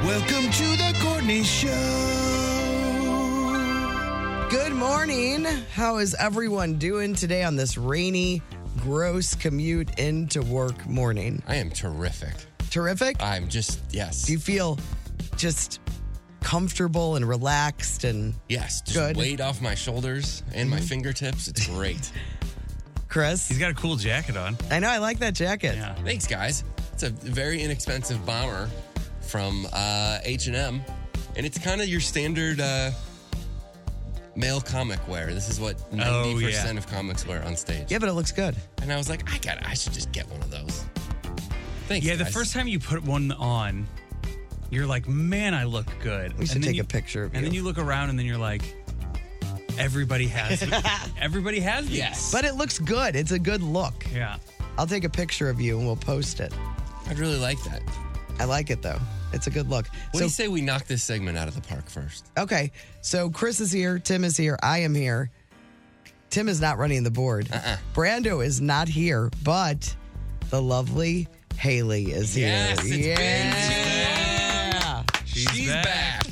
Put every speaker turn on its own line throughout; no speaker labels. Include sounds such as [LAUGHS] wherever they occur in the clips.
Welcome to the Courtney Show.
Good morning. How is everyone doing today on this rainy, gross commute into work morning?
I am terrific.
Terrific?
I'm just yes.
Do you feel just comfortable and relaxed and
yes, just
good? Mm-hmm.
weight off my shoulders and my fingertips. It's great.
[LAUGHS] Chris?
He's got a cool jacket on.
I know I like that jacket.
Yeah.
Thanks, guys. It's a very inexpensive bomber from uh, H&M, and it's kind of your standard uh, male comic wear. This is what 90%
Oh, yeah.
of comics wear on stage.
Yeah, but it looks good.
And I was like, I got. I should just get one of those. Thanks.
Yeah, the
guys.
first time you put one on, you're like, man, I look good.
We should
And then
take a picture of
And then
you.
you look around and then you're like, everybody has
[LAUGHS]
Everybody has these.
Yes.
But it looks good. It's a good look.
Yeah.
I'll take a picture of you and we'll post it.
I'd really like that.
I like it though. It's a good look.
What do you say we knock this segment out of the park first?
Okay. So Chris is here. Tim is here. I am here. Tim is not running the board.
Uh-uh.
Brando is not here, but the lovely Haley is
Yes, it's
here.
been
yeah.
She's,
back.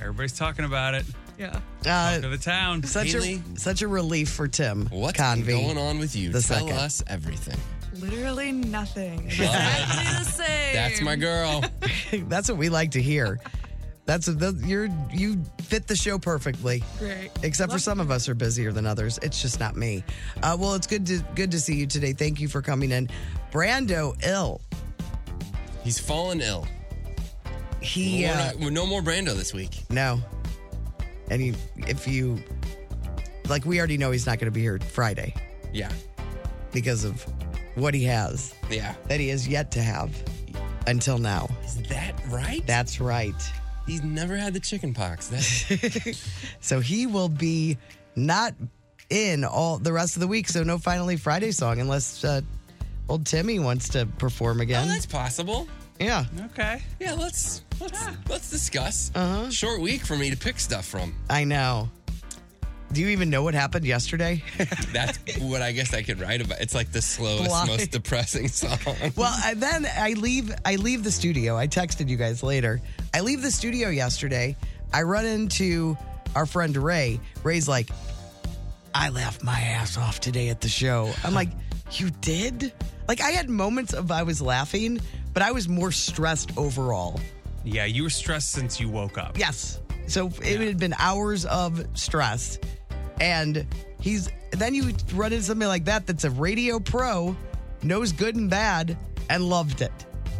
Everybody's talking about it. Yeah.
Uh,
To the town.
such
Haley.
a such a relief for Tim.
What's
Convey.
going on with you?
the
Tell
second.
us everything.
Literally nothing.
[LAUGHS]
Love
Exactly the same.
That's my girl.
[LAUGHS] That's what we like to hear. That's that, you're you fit the show perfectly.
Great.
Except for
Love-
some of us are busier than others. It's just not me. Uh, well, it's good to good to see you today. Thank you for coming in. Brando ill.
He's fallen ill.
He
We're
uh,
not- we're no more Brando this week.
no. And you, if you like, we already know he's not going to be here Friday
Yeah.
because of what he has
Yeah.
that he has yet to have until now.
Is that right?
That's right.
He's never had the chicken pox. That,
[LAUGHS]
[LAUGHS]
So he will be not in all the rest of the week. So no finally Friday song unless uh, old Timmy wants to perform
oh,
again.
that's possible.
yeah.
Okay. Ah.
Yeah, let's let's let's discuss. Uh-huh. Short week for me to pick stuff from.
I know. Do you even know what
[LAUGHS]
happened yesterday?
[LAUGHS]
That's what I guess I could write about. It's like the slowest,
Why?
most depressing [LAUGHS] song.
well, I, then I leave. I leave the studio. I texted you guys later. I leave the studio yesterday. I run into our friend Ray. Ray's like, "I laughed my ass off today at the show."
[LAUGHS]
I'm like, "You did?" Like I had moments of I was laughing, but I was more stressed overall.
Yeah, you were stressed since you woke up.
Yes. So it had been hours of stress. And he's then you run into somebody like that that's a radio pro, knows good and bad, and loved it.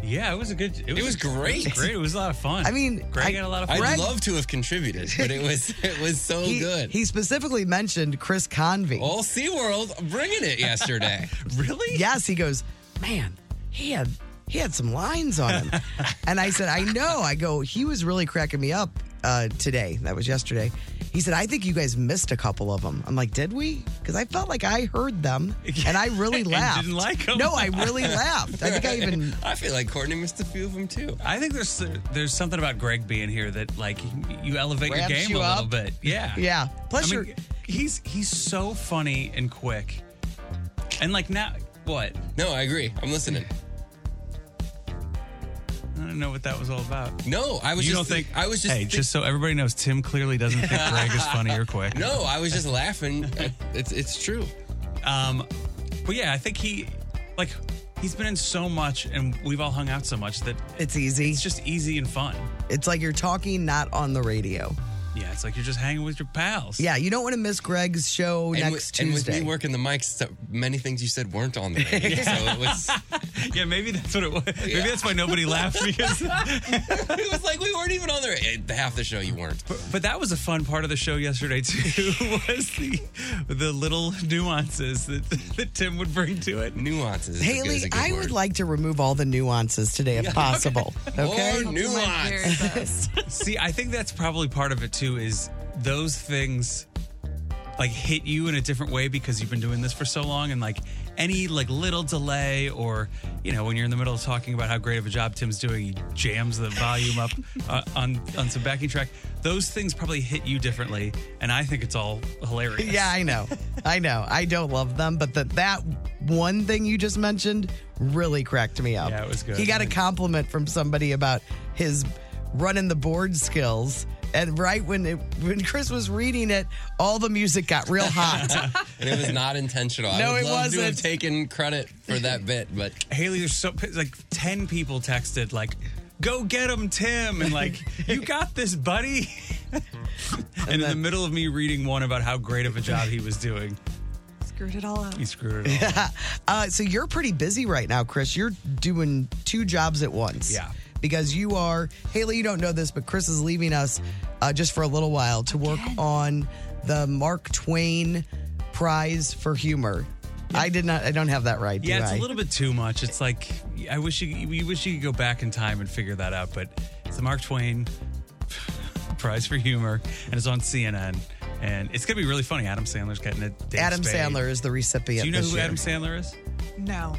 Yeah, it was a good
It was
It
great.
was great. It was a lot of fun.
I mean,
Greg
I-
had a lot of
I'd
fun.
Greg-
love to have contributed, but it was it
[LAUGHS]
was so
he,
good.
He specifically mentioned Chris Convey.
All SeaWorld bringing it
[LAUGHS]
yesterday.
really?
Yes, he goes, Man, he had he had some lines
[LAUGHS]
on him. and I said, I know. I go, he was really cracking me up uh, today. That was yesterday. He said, I think you guys missed a couple of them. I'm like, did we? Because I felt like I heard them and I
[LAUGHS]
really
And
laughed.
didn't like 'em.
No, I really laughed. I think I even
I feel like Courtney missed a few of them too.
I think there's there's something about Greg being here that like you elevate your
Ramps
game
you
a
up.
little bit. Yeah.
Yeah. Plus
I mean,
you're
he's he's so funny and quick. And like now what?
No, I agree. I'm listening.
I don't know what that was all about.
No, I was
you
just
don't think
I was just
Hey,
thi-
just so everybody knows Tim clearly doesn't think Greg is funny
[LAUGHS]
or quick.
No, I was just laughing. It's it's true.
Um but yeah, I think he like he's been in so much and we've all hung out so much that
it's easy.
it's just easy and fun.
it's like you're talking not on the radio.
Yeah, It's like you're just hanging with your pals.
Yeah, you don't want to miss Greg's show
And,
next
with, and with
Tuesday.
me working the mics, so- many things you said weren't on
[LAUGHS]
the radio. So it was,
[LAUGHS] Yeah, maybe that's what it was. Maybe that's why nobody
[LAUGHS]
laughed because.
it was like we weren't even on there.
[LAUGHS]
Eh, Half the show you weren't.
But that was a fun part of the show yesterday too. [LAUGHS] Was the the little nuances that, [LAUGHS] that Tim would bring to it.
Nuances. is a good- is
Haley,
a good
I would
word.
like to remove all the nuances
[LAUGHS]
today if possible. Okay.
More
My
nuance.
very best.
See, I think that's probably part of it too. Is those things like hit you in a different way because you've been doing this for so long, and like any like little delay or you know when you're in the middle of talking about how great of a job Tim's doing, he jams the volume up uh, on on some backing track. Those things probably hit you differently, and I think it's all hilarious.
Yeah, I know. I know. I don't love them, but that that one thing you just mentioned really cracked me up.
Yeah, it was good.
He got a compliment from somebody about his running the board skills. And right when it, when Chris was reading it, all the music got real hot.
[LAUGHS] And it was not intentional.
No,
I would
it
love to have
wasn't.
taken credit for that bit, but
Haley, there's so like ten people texted like, "Go get him, Tim," and like, "You got this, buddy." [LAUGHS] and in the
then-
middle of me reading one about how great of a job he was doing,
Screwed it all up.
he screwed
[LAUGHS]
it all. up.
Uh, so you're pretty busy right now, Chris. You're doing two jobs at once.
Yeah.
Because you are, Haley, you don't know this, but Chris is leaving us uh, just for a little while to work on the Mark Twain Prize for Humor. I did not, I don't have that right.
Yeah,
do
it's
I?
a little bit too much. It's like I wish you, you wish you could go back in time and figure that out, but it's the Mark Twain [LAUGHS] Prize for Humor, and it's on CNN, and it's gonna be really funny. Adam Sandler's getting it. Dave
Adam
Spade.
Sandler is the recipient.
Do you know
this
who
year.
Adam Sandler is?
No,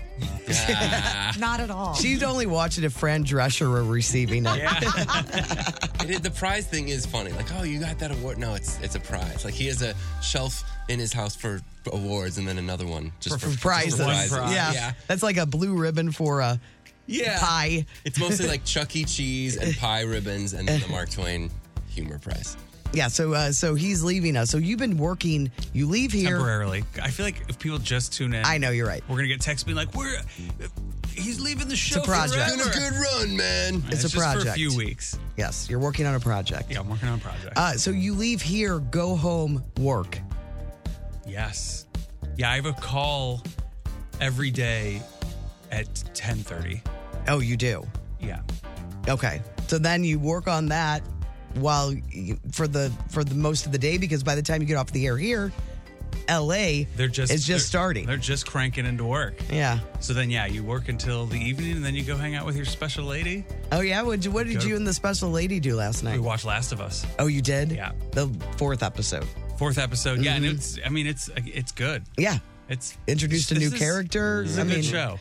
ah,
[LAUGHS] not at all.
She'd only watch it if Fran Drescher were receiving it.
[LAUGHS]
it, is- the prize thing is funny. Like, oh, you got that award? No, it's it's a prize. Like he has a shelf in his house for awards, and then another one just
For prizes.
for
Yeah.
yeah.
That's like a blue ribbon for a
Yeah.
pie.
It's
[LAUGHS]
mostly like Chuck E. Cheese and pie ribbons, and then the Mark Twain humor prize.
Yeah, so uh, so he's leaving us. So you've been working, you leave here.
Temporarily, I feel like if people just tune in,
I know you're right.
We're gonna get texts being like, "We're he's leaving the show."
a project.
forever."
Been a good run, man.
It's,
a
just for
project.
a few weeks.
Yes, you're working on a project.
Yeah, I'm working on a project.
Uh, so you leave here, go home, work.
yes. Yeah, I have a call every day at 10:30.
Oh, you do.
Yeah.
Okay. So then you work on that while you, for the for the most of the day because by the time you get off the air here, L.A.
They're just
is just
they're-
starting.
They're just cranking into work.
yeah.
So then yeah, you work until the evening and then you go hang out with your special lady.
Oh yeah. What, what did
Go-
you and the special lady do last
We
night?
watch Last of Us.
Oh, you did.
Yeah.
The fourth episode.
Fourth episode. Yeah,
Mm-hmm.
and it's I mean it's it's good.
Yeah.
It's
Introduced a
this
new
is-
character.
This is a
I
good
mean,
show.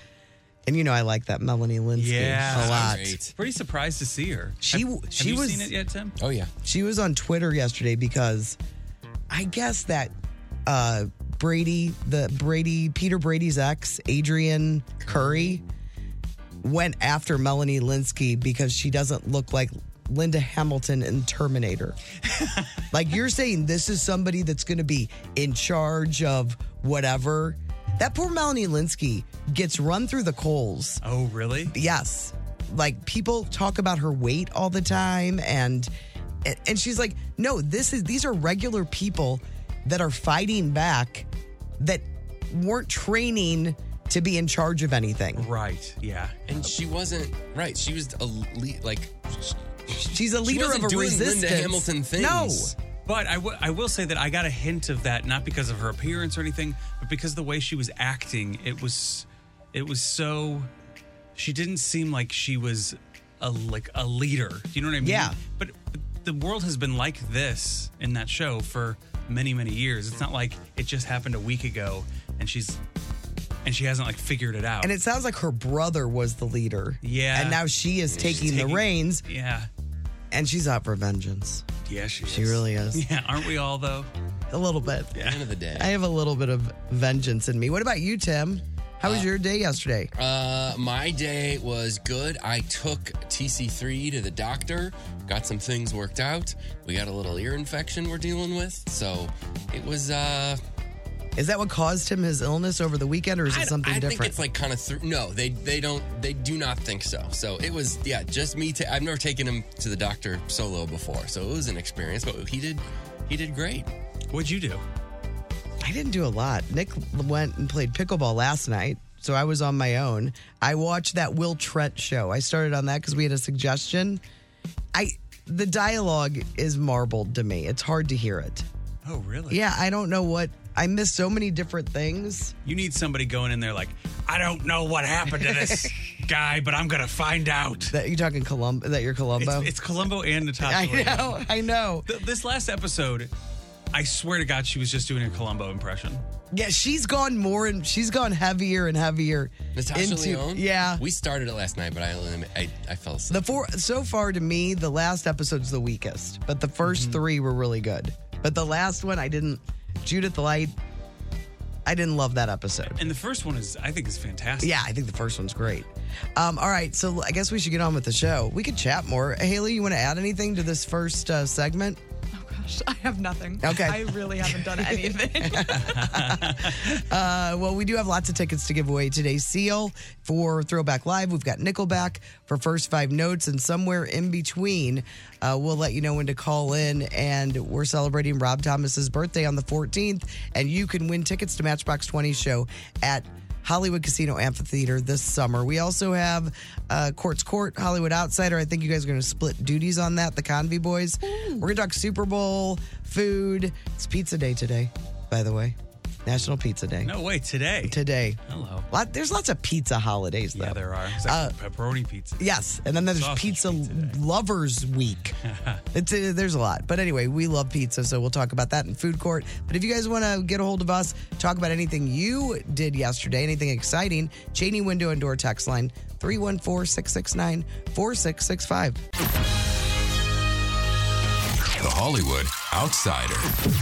and you know I like that Melanie Linsky
Yeah.
a lot.
Great.
Pretty surprised to see her.
She-
have, have
she
you
was-
seen it yet, Tim?
Oh yeah.
She was on Twitter yesterday because I guess that uh Brady, the Brady, Peter Brady's ex, Adrian Curry, went after Melanie Linsky because she doesn't look like Linda Hamilton in Terminator. like you're saying this is somebody that's gonna be in charge of whatever. That poor Melanie Linsky gets run through the coals
Oh, really?
yes like people talk about her weight all the time and and- and she's like no this is these are regular people that are fighting back that weren't training to be in charge of anything
Right. Yeah.
And she wasn't right. She was a le- like
she's a leader
wasn't
of a
doing Linda
resistance
Hamilton things.
no
But I, w- I will say that I got a hint of that not because of her appearance or anything, but because of the way she was acting. It was, it was so. She didn't seem like she was a like a leader. Do you know what I mean?
Yeah.
But the world has been like this in that show for many many years. It's not like it just happened a week ago, and she's and she hasn't like figured it out.
and it sounds like her brother was the leader
Yeah.
and now she is taking, the
taking-
reins
yeah,
and she's out for vengeance
yeah, she
she really
[LAUGHS]
is
Yeah, aren't we all though?
a little bit
at the end of the day.
i have a little bit of vengeance in me what about you tim how was your day yesterday
Uh, my day was good. I took TC3 to the doctor, got some things worked out. We got a little ear infection we're dealing with, so it was uh
Is that what caused him his illness over the weekend, or is
I
it
d-
something
I
different?
think it's like kind of through. No, they they don't. They do not think so. So it was yeah, just me. Ta- I've never taken him to the doctor solo before, so it was an experience. But he did he did great.
What'd you do?
I didn't do a lot. Nick went and played pickleball last night, so I was on my own. I watched that Will Trent show. I started on that because we had a suggestion. I the dialogue is marbled to me. It's hard to hear it.
Oh, really?
Yeah, I don't know what I miss so many different things.
You need somebody going in there like, I don't know what happened to
[LAUGHS]
this guy, but I'm gonna find out.
That you talking Columbo that you're Columbo?
It's, it's Columbo and
I
Natasha. Leone.
know, I know.
Th- this last episode, I swear to God, she was just doing a Columbo impression.
Yeah, she's gone more and she's gone heavier and heavier.
Natasha
into,
Leone.
Yeah.
we started it last night, but I I, I fell asleep.
The four so far to me, the last episode's the weakest, but the 1st three were really good. But the last one, I didn't. Judith Light, I didn't love that episode.
And the first one is, I think, is fantastic.
Yeah, I think the first one's great. Um, all right, so I guess we should get on with the show. We could chat more. Haley, you want to add anything to this first uh, segment?
Oh gosh, I have nothing.
Okay.
I really haven't done
[LAUGHS]
anything.
Uh, well, we do have lots of tickets to give away today. Seal for Throwback Live. We've got Nickelback for First Five Notes, and somewhere in between, uh, we'll let you know when to call in. And we're celebrating Rob Thomas's birthday on the 14th, and you can win tickets to Matchbox 20 show at. Hollywood Casino Amphitheater this summer. We also have uh, Courts Court, Hollywood Outsider. I think you guys are going to split duties on that, the Convy Boys. We're going to talk Super Bowl, food. It's pizza day today, by the way. National Pizza Day
No way, today.
today.
Hello.
Lot, there's lots of pizza holidays, though.
Yeah, there are. It's
Uh,
like pepperoni pizza.
Yes, and then there's
Sausage
Pizza
pizza day.
Lovers
[LAUGHS]
Week. it's, uh, there's a lot, but anyway, we love pizza, so we'll talk about that in food court. But if you guys want to get a hold of us, talk about anything you did yesterday, anything exciting, Cheney Window and Door text line 314-669-4665.
The Hollywood Outsider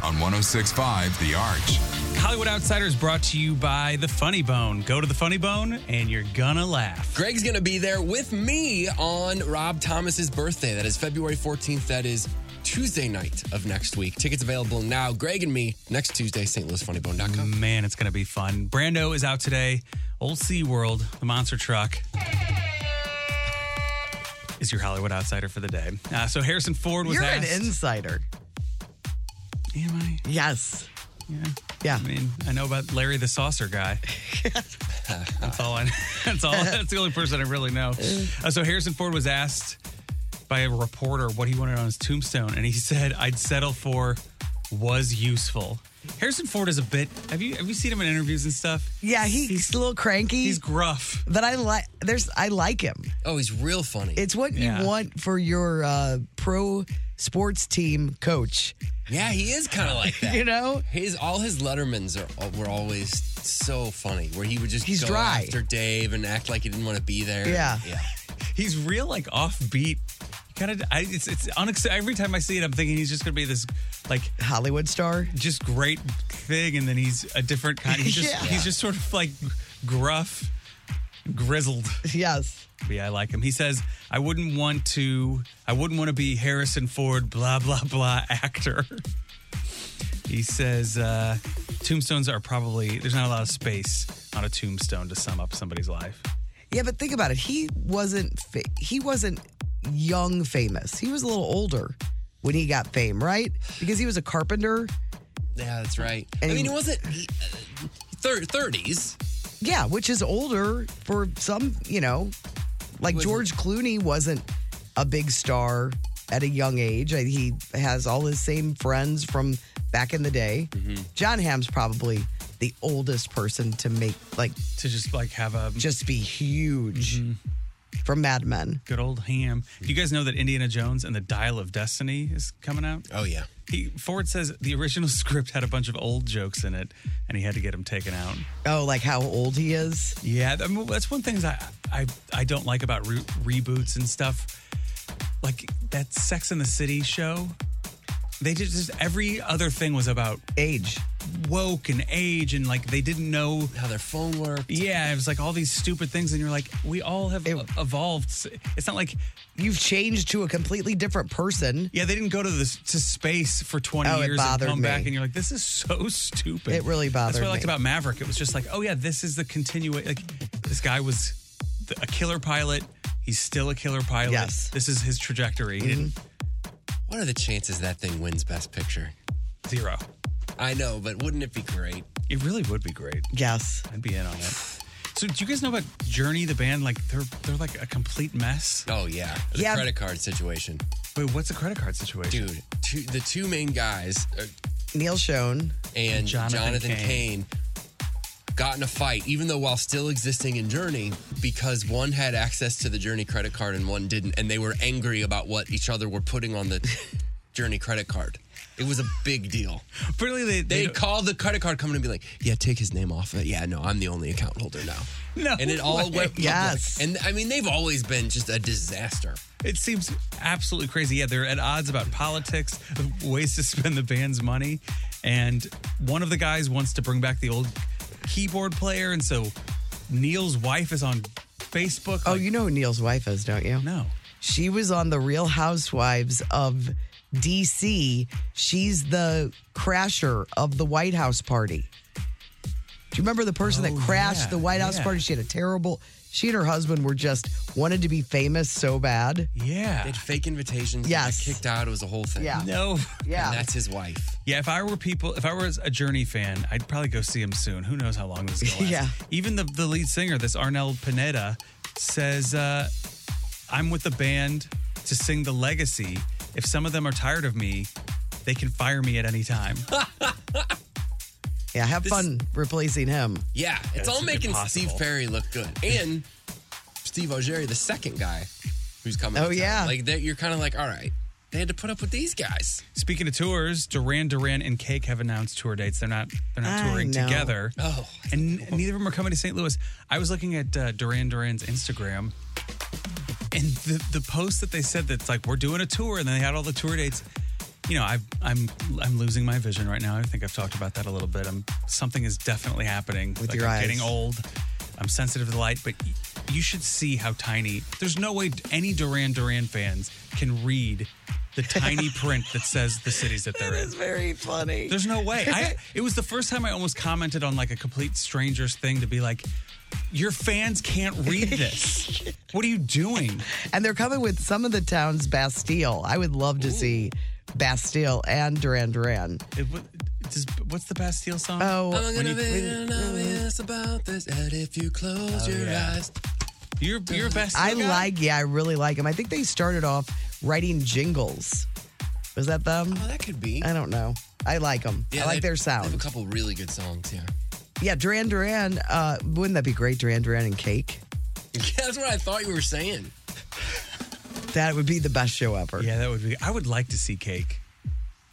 on 1065 The Arch.
Hollywood Outsider is brought to you by The Funny Bone. Go to The Funny Bone and you're gonna laugh.
Greg's going to be there with me on Rob Thomas's birthday. That is February 14th. That is Tuesday night of next week. Tickets available now. Greg and me next Tuesday, stlouisfunnybone.com.
Man, it's gonna be fun. Brando is out today. Old Sea World, the monster truck. Is your Hollywood outsider for the day? Uh, so Harrison Ford was
You're an
asked.
insider.
Am I?
Yes.
Yeah.
Yeah.
I mean, I know about Larry the Saucer
[LAUGHS]
guy. that's all I. That's all. That's the only person I really know. Uh, so Harrison Ford was asked by a reporter what he wanted on his tombstone, and he said, "I'd settle for was useful." Harrison Ford is a bit. Have you have you seen him in interviews and stuff?
Yeah, he's, a little cranky.
He's gruff.
but I like there's I like him.
Oh, he's real funny.
It's what
Yeah.
you want for your uh, pro sports team coach.
yeah, he is kind of
[LAUGHS]
like that.
You know,
His all his Lettermans are were always so funny. Where he would just
He's
go
dry.
after Dave and act like he didn't want to be there.
Yeah.
yeah.
He's real like offbeat. Kind of. I, it's it's unex- Every time I see it, I'm thinking he's just gonna be this like
Hollywood star.
just great thing, and then he's a different kind. He's just
[LAUGHS] Yeah.
he's just sort of like gruff, grizzled.
Yes.
But yeah, I like him. He says, "I wouldn't want to. I wouldn't want to be Harrison Ford, blah blah blah [LAUGHS] actor." He says, uh, "Tombstones are probably there's not a lot of space on a tombstone to sum up somebody's life."
Yeah, but think about it. He wasn't fa- he wasn't young famous. He was a little older when he got fame, right? Because he was a carpenter.
Yeah, that's right.
And
I mean,
he-
it wasn't uh, thir- 30s.
Yeah, which is older for some, you know, like
was-
George Clooney wasn't a big star at a young age. I- He has all his same friends from back in the day.
Mm-hmm.
John Hamm's probably the oldest person to make like
To just like have a Mm-hmm.
just be huge from Mad Men.
good old ham. Do you guys know that Indiana Jones and the Dial of Destiny is coming out?
Oh yeah.
He, Ford says the original [LAUGHS] script had a bunch of old jokes in it, and he had to get them taken out.
Oh, like how old he is.
Yeah, I mean, that's one thing I, I I don't like about re- reboots and stuff. Like that Sex in the City show, they just, just every other thing was about
Age.
woke and age and like they didn't know
how their phone worked.
yeah, it was like all these stupid things, and you're like, we all have e-, evolved. It's not like,
You've changed to a completely different person.
yeah, they didn't go to this to space for 20
Oh, it
years and
bothered
come back,
me.
and you're like, this is so [LAUGHS] stupid.
It really
That's
bothered
what I liked
me.
about Maverick. It was just like, oh yeah, this is the continuation. Like this guy was th- a killer pilot. He's still a killer pilot.
Yes. Mm-hmm.
This is his trajectory. He didn't-
What are the chances that thing wins Best Picture?
Zero.
I know, but wouldn't it be great?
It really would be great.
Yes.
I'd be in on it. So, do you guys know about Journey, the band? Like, they're they're like a complete mess.
Oh yeah, the
Yeah.
credit card situation,
Wait, what's the credit card situation?
dude. Two, the two main guys uh,
Neil Schoen.
and
Jonathan
Jonathan,
Cain.
Cain. got in a fight, even though while still existing in Journey, because one had access to the Journey credit card and one didn't, and they were angry about what each other were putting on the Journey credit card. It was a big deal.
Really, they
They
don't-
called the credit card company and be like, "Yeah, take his name off it." Yeah, no, I'm the only account holder now.
No
and it all
way.
went. public.
Yes.
and I mean they've always been just a disaster.
It seems absolutely crazy. Yeah, they're at odds about politics, [LAUGHS] ways to spend the band's money. And one of the guys wants to bring back the old keyboard player. And so Neil's wife is on Facebook.
Oh,
like,
you know who Neil's wife is, don't you?
No.
She was on the Real Housewives of DC. She's the crasher of the White House party. Do you remember the person
Oh,
that crashed
yeah,
the White House
yeah.
party? She had a terrible she and her husband were just wanted to be famous so bad.
Yeah.
They had fake invitations.
Yes.
they got kicked out. It was a whole thing.
Yeah.
No.
Yeah.
and that's his wife.
Yeah, if I were people, if I was a Journey fan, I'd probably go see him soon. Who knows how long this is
[LAUGHS]
going to last.
Yeah.
Even the, the lead singer, this Arnell Panetta, says, uh, I'm with the band to sing the legacy. If some of them are tired of me, they can fire me at any time.
yeah, have fun replacing him.
[LAUGHS] Yeah, it's all
it's
making
impossible.
Steve Perry look good. And Steve Algeri, the second guy who's coming. to
Oh,
town.
yeah.
Like, that, you're kind of like, all right, they had to put up with these guys.
Speaking of tours, Duran Duran and Cake have announced tour dates. They're not they're not
I
touring
know.
together.
Oh.
and n- neither of them are coming to St. Louis. I was looking at uh, Duran Duran's Instagram, and the the post that they said that's like we're doing a tour, and then they had all the tour dates. You know, I, I'm I'm losing my vision right now. I think I've talked about that a little bit. I'm something is definitely happening
With your
I'm
eyes.
Getting old. I'm sensitive to the light, but y- you should see how tiny. There's no way any Duran Duran fans can read the tiny print that says the cities that they're in.
very funny.
There's no way.
[LAUGHS]
I, it was the first time I almost commented on like a complete stranger's thing to be like, your fans can't read this. what are you doing?
And they're coming with some of the town's Bastille. I would love to see Bastille and Duran Duran.
It, what, does, what's the Bastille song?
Oh,
I'm
When
gonna
you-
be obvious about this, and if you close your
Oh, yeah.
eyes,
you're you're a Bastille.
I
guy?
like, yeah, I really like them. I think they started off writing jingles. Was that them?
oh, that could be.
I don't know. I like them. I like
they-
their
They have
sound.
a couple really good songs. [LAUGHS] Yeah,
yeah, Duran Duran. Uh, wouldn't that be great, Duran Duran and Cake?
that's what I thought you were saying.
That would be the best show ever.
Yeah, that would be. I would like to see Cake.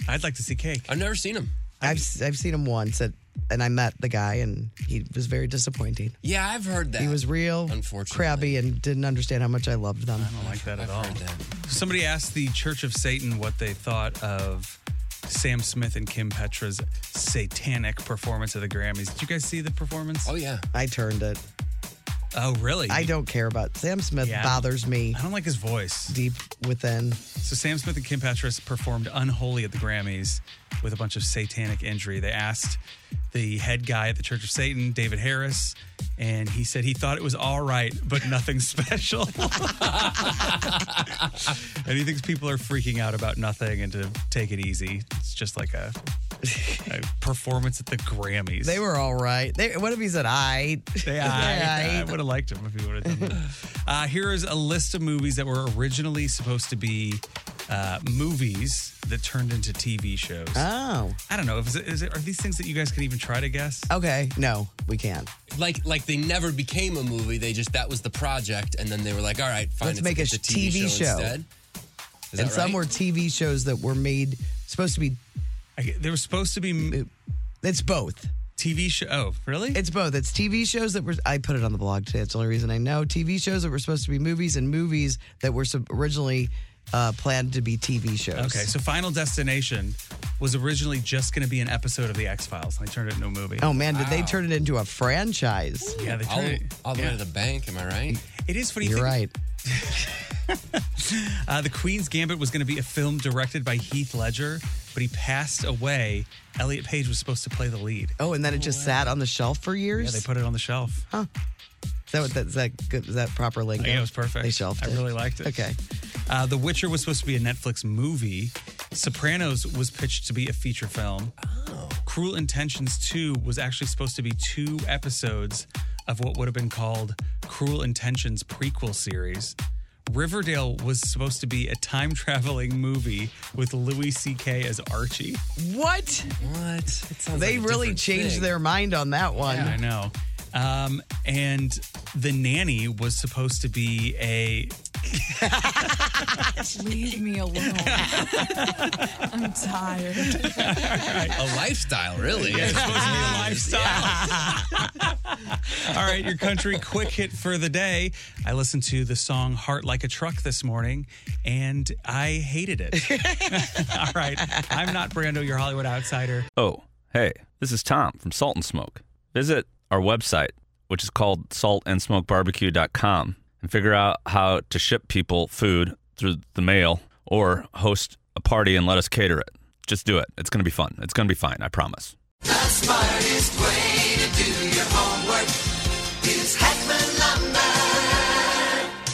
I'd like to see Cake.
I've never seen him.
I've I've seen him once, at, and I met the guy, and he was very disappointing.
Yeah, I've heard that.
He was real
Unfortunately.
crabby and didn't understand how much I loved them.
I don't like that
I've
at all.
heard that.
Somebody asked the Church of Satan what they thought of Sam Smith and Kim Petra's satanic performance of the Grammys. Did you guys see the performance?
Oh yeah,
I turned it.
Oh, really?
I don't care about Sam Smith.
Yeah.
Bothers me
I don't like his voice.
deep within.
So Sam Smith and Kim Petras performed Unholy at the Grammys with a bunch of satanic injury. They asked the head guy at the Church of Satan, David Harris, and he said he thought it was all right, but nothing [LAUGHS] special. and he thinks people are freaking out about nothing and to take it easy. It's just like a, a performance at the Grammys.
They were all right. They, what if he said I?
[LAUGHS]
[LAUGHS]
They, I, I would have liked him if he would have done that. Uh, here is a list of movies that were originally supposed to be uh, movies that turned into TV shows.
Oh,
I don't know. Is it, is it, are these things that you guys can even try to guess?
okay. No, we can't.
like like they never became a movie. They just that was the project, and then they were like, all right, fine,
Let's make
it's
a
it's TV,
TV show.
instead. Is
and
that
some
right?
were TV shows that were made supposed to be.
I, they were supposed to be m-
It's both.
TV show. Oh, really?
It's both. It's TV shows that were. I put it on the blog today. It's the only reason I know. TV shows that were supposed to be movies and movies that were sub- originally uh, planned to be TV shows.
okay. So Final Destination was originally just going to be an episode of The X Files, and they turned it into a movie.
Oh man, did they turn it into a franchise?
yeah, they
All,
turned it.
all the
yeah.
way to the bank, am I right?
It is funny.
You're
thing-
right.
[LAUGHS] Uh, the Queen's Gambit was going to be a film directed by Heath Ledger, but he passed away. Elliot Page was supposed to play the lead.
Oh, and then it just sat on the shelf for years.
Yeah, they put it on the shelf.
is that what that, is that good? Is that proper lingo?
Yeah, it was perfect.
They shelved
I
it.
really liked it.
Okay.
Uh, the Witcher was supposed to be a Netflix movie. Sopranos was pitched to be a feature film. Cruel Intentions 2 was actually supposed to be two episodes of what would have been called Cruel Intentions prequel series. Riverdale was supposed to be a time traveling movie with Louis C.K. as Archie.
What?
What? It sounds
They
like a
really
different
changed
thing.
their mind on that one.
I know. Um, and the nanny was supposed to be a
Leave me
[LAUGHS]
alone. I'm tired.
a
[LAUGHS]
lifestyle, really.
supposed
[LAUGHS]
to be a lifestyle. All right, your country quick hit for the day. I listened to the song Heart Like a Truck this morning and I hated it. [LAUGHS] All right, I'm not Brando, your Hollywood outsider.
Oh, hey, this is Tom from Salt and Smoke. Visit our website, which is called saltandsmokebarbecue.com, and figure out how to ship people food through the mail or host a party and let us cater it. Just do it. It's going to be fun. It's going to be fine. I promise.
[LAUGHS]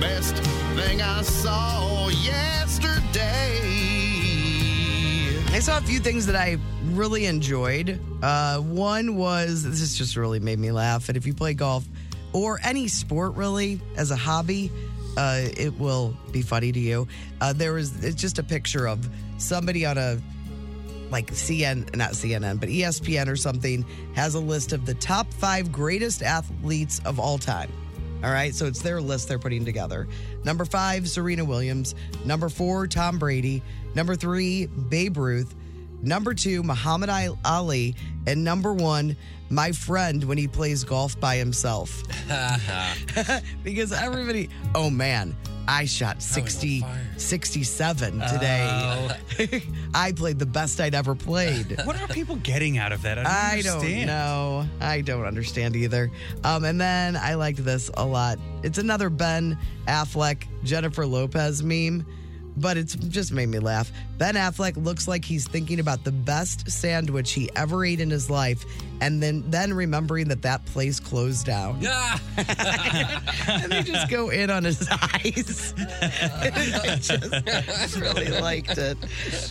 Best thing I saw yesterday.
I saw a few things that I really enjoyed. Uh, one was this has just really made me laugh. And if you play golf or any sport really as a hobby, uh, it will be funny to you. Uh, there was it's just a picture of somebody on a like CN, not CNN, but E ESPN or something has a list of the top five greatest athletes of all time. All right, so it's their list they're putting together. Number five, Serena Williams. Number four, Tom Brady. Number three, Babe Ruth. Number two, Muhammad Ali. And number one, my friend when he plays golf by himself. [LAUGHS]
[LAUGHS]
because everybody, oh man, I shot 60,
fire.
67 today. [LAUGHS] I played the best I'd ever played.
What are people getting out of that? I don't
I don't
understand.
know. I don't understand either. Um, and then I liked this a lot. It's another Ben Affleck, Jennifer Lopez meme, but it's just made me laugh. Ben Affleck looks like he's thinking about the best sandwich he ever ate in his life, and then then remembering that that place closed down. [LAUGHS]
Ah,
and they just go in on his
[LAUGHS]
[LAUGHS] eyes. I just really liked it.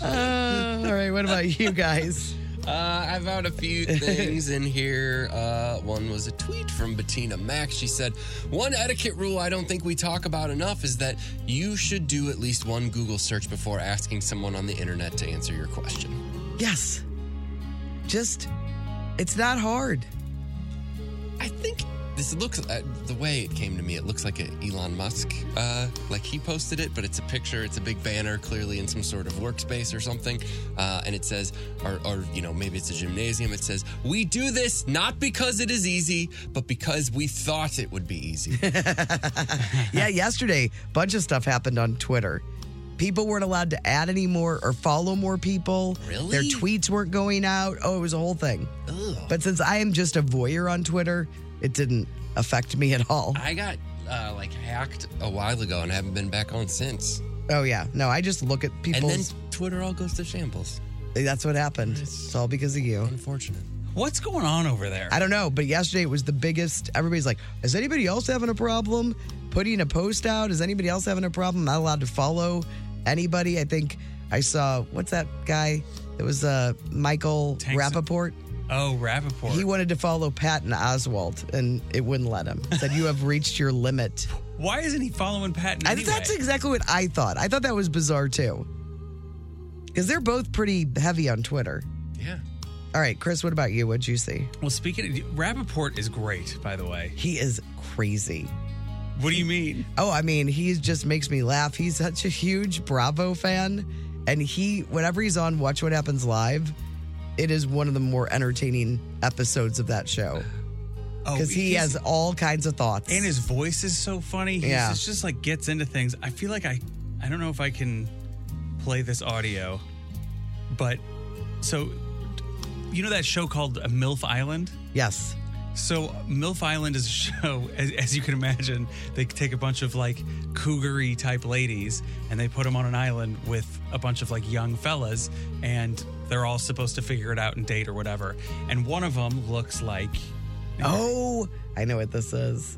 Uh, all right, what about you guys?
uh, I found a few things in here. Uh, one was a tweet from Bettina Max. She said, One etiquette rule I don't think we talk about enough is that you should do at least one Google search before asking someone on the internet to answer your question.
Yes. Just, it's not hard.
I think this looks, uh, the way it came to me, it looks like a Elon Musk, uh, like he posted it, but it's a picture, it's a big banner, clearly in some sort of workspace or something. Uh, and it says, or, or, you know, maybe it's a gymnasium. It says, We do this not because it is easy, but because we thought it would be easy. [LAUGHS]
[LAUGHS] Yeah, yesterday, bunch of stuff happened on Twitter. People weren't allowed to add any more or follow more people.
Really?
Their tweets weren't going out. Oh, it was a whole thing.
Ugh.
But since I am just a voyeur on Twitter, it didn't affect me at all.
I got uh, like hacked a while ago and haven't been back on since.
Oh, yeah. No, I just look at
And
people's
then Twitter all goes to shambles.
That's what happened. It's all because of you.
Unfortunate.
What's going on over there?
I don't know, but yesterday it was the biggest. Everybody's like, is anybody else having a problem putting a post out? Is anybody else having a problem? Not allowed to follow anybody. I think I saw what's that guy? It was uh, Michael
Tanks-
Rappaport.
oh, Rappaport.
He wanted to follow Patton Oswald, and it wouldn't let him. Said you have reached
[LAUGHS]
your limit.
Why isn't he following Patton?
I think that's
anyway?
exactly what I thought. I thought that was bizarre too, because they're both pretty heavy on Twitter.
Yeah.
All right, Chris, what about you? What'd you see?
well, speaking of Rappaport is great, by the way.
He is crazy.
What do you mean?
Oh, I mean, he just makes me laugh. He's such a huge Bravo fan. And he, whenever he's on Watch What Happens Live, it is one of the more entertaining episodes of that show.
Oh,
Because he
he's-
has all kinds of thoughts.
and his voice is so funny. He
Yeah.
just, just like gets into things. I feel like I I don't know if I can play this audio, but so you know that show called uh, MILF Island?
Yes.
So MILF Island is a show, [LAUGHS] as, as you can imagine, they take a bunch of like cougary type ladies and they put them on an island with a bunch of like young fellas and they're all supposed to figure it out and date or whatever. And one of them looks like,
Oh, I know what this is.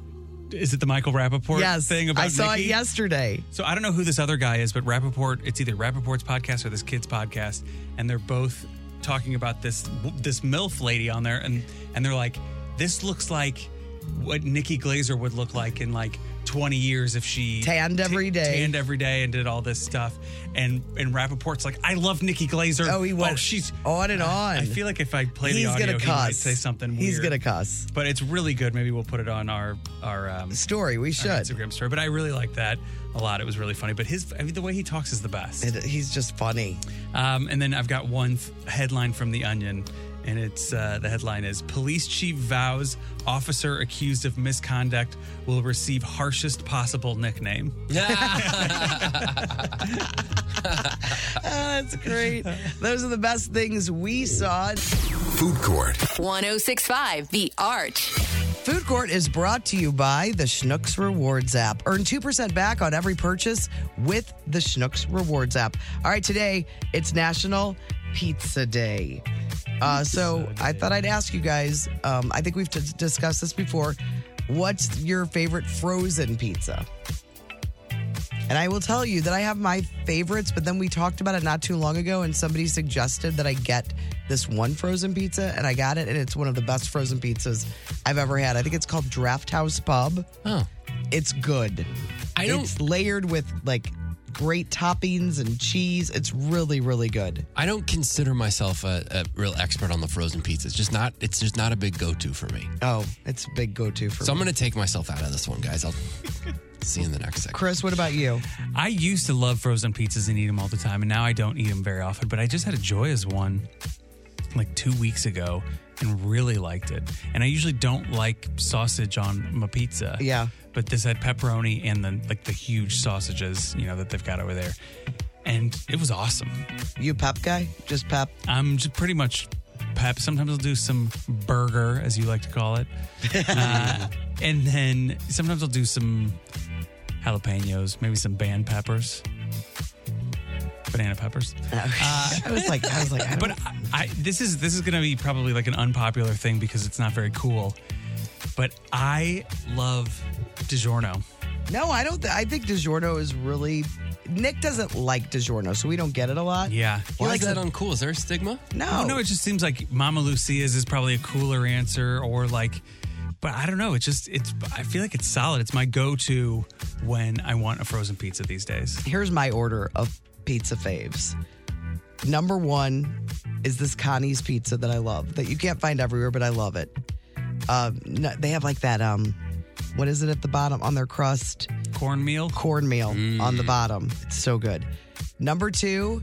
is it the Michael Rappaport
yes.
thing about
I saw
Nikki?
it yesterday.
So I don't know who this other guy is, but Rappaport, it's either Rappaport's podcast or this kid's podcast, and they're both talking about this this MILF lady on there, and and they're like, this looks like what Nikki Glazer would look like in like 20 years if she
Tanned every
ta-
day.
Tanned every day and did all this stuff. And and Rappaport's like, I love Nikki Glazer.
Oh, he went
Oh, she's
on and on.
I feel like if I play
he's
the audio,
gonna
he
cuss.
might say something weird.
He's gonna cuss.
But it's really good. Maybe we'll put it on our our um,
Story, we should.
our Instagram story. But I really like that a lot. It was really funny. But his, I mean, the way he talks is the best.
It- he's just funny.
Um, and then I've got one th- headline from The Onion, and it's uh, the headline is Police Chief vows officer accused of misconduct will receive harshest possible nickname.
[LAUGHS] Ah, that's great. Those are the best things we saw.
Food Court.
1065 The Arch.
Food Court is brought to you by the Schnucks Rewards app. Earn 2% back on every purchase with the Schnucks Rewards app. All right, today it's National Pizza Day. Uh, so I thought I'd ask you guys, um, I think we've t- discussed this before. What's your favorite frozen pizza? And I will tell you that I have my favorites, but then we talked about it not too long ago, and somebody suggested that I get this one frozen pizza, and I got it, and it's one of the best frozen pizzas I've ever had. I think it's called Draft House Pub.
Oh.
It's good.
I don't
It's layered with like great toppings and cheese. It's really, really good.
I don't consider myself a, a real expert on the frozen pizza. It's just not it's just not a big go to for me.
Oh, it's a big go to for
So I'm
me.
gonna take myself out of this one, [LAUGHS] guys. I'll see you in the next segment.
Chris, what about you?
I used to love frozen pizzas and eat them all the time, and now I don't eat them very often. But I just had a Joya's one like two weeks ago and really liked it. And I usually don't like sausage on my pizza.
Yeah.
But this had pepperoni and then like the huge sausages, you know, that they've got over there. And it was awesome.
You pep guy? Just pep?
I'm just pretty much pep. Sometimes I'll do some burger, as you like to
[LAUGHS]
call it. Uh, and then sometimes I'll do some jalapenos, maybe some band peppers, banana peppers.
Oh. [LAUGHS]
Uh,
I was like, I was like, I don't
But I, I, this is this is going to be probably like an unpopular thing because it's not very cool. But I love DiGiorno.
No, I don't. Th- I think DiGiorno is really. Nick doesn't like DiGiorno, so we don't get it a lot.
Yeah.
He
Why is
likes
that
it-
uncool? Is there a stigma?
No.
Oh. No, it just seems like Mama Lucia's is probably a cooler answer, or like, but I don't know. It's just, it's, I feel like it's solid. It's my go to when I want a frozen pizza these days.
Here's my order of pizza faves. Number one is this Connie's pizza that I love that you can't find everywhere, but I love it. Um, no, they have like that. Um, what is it at the bottom on their crust?
Cornmeal. Mm.
cornmeal on the bottom. It's so good. Number two,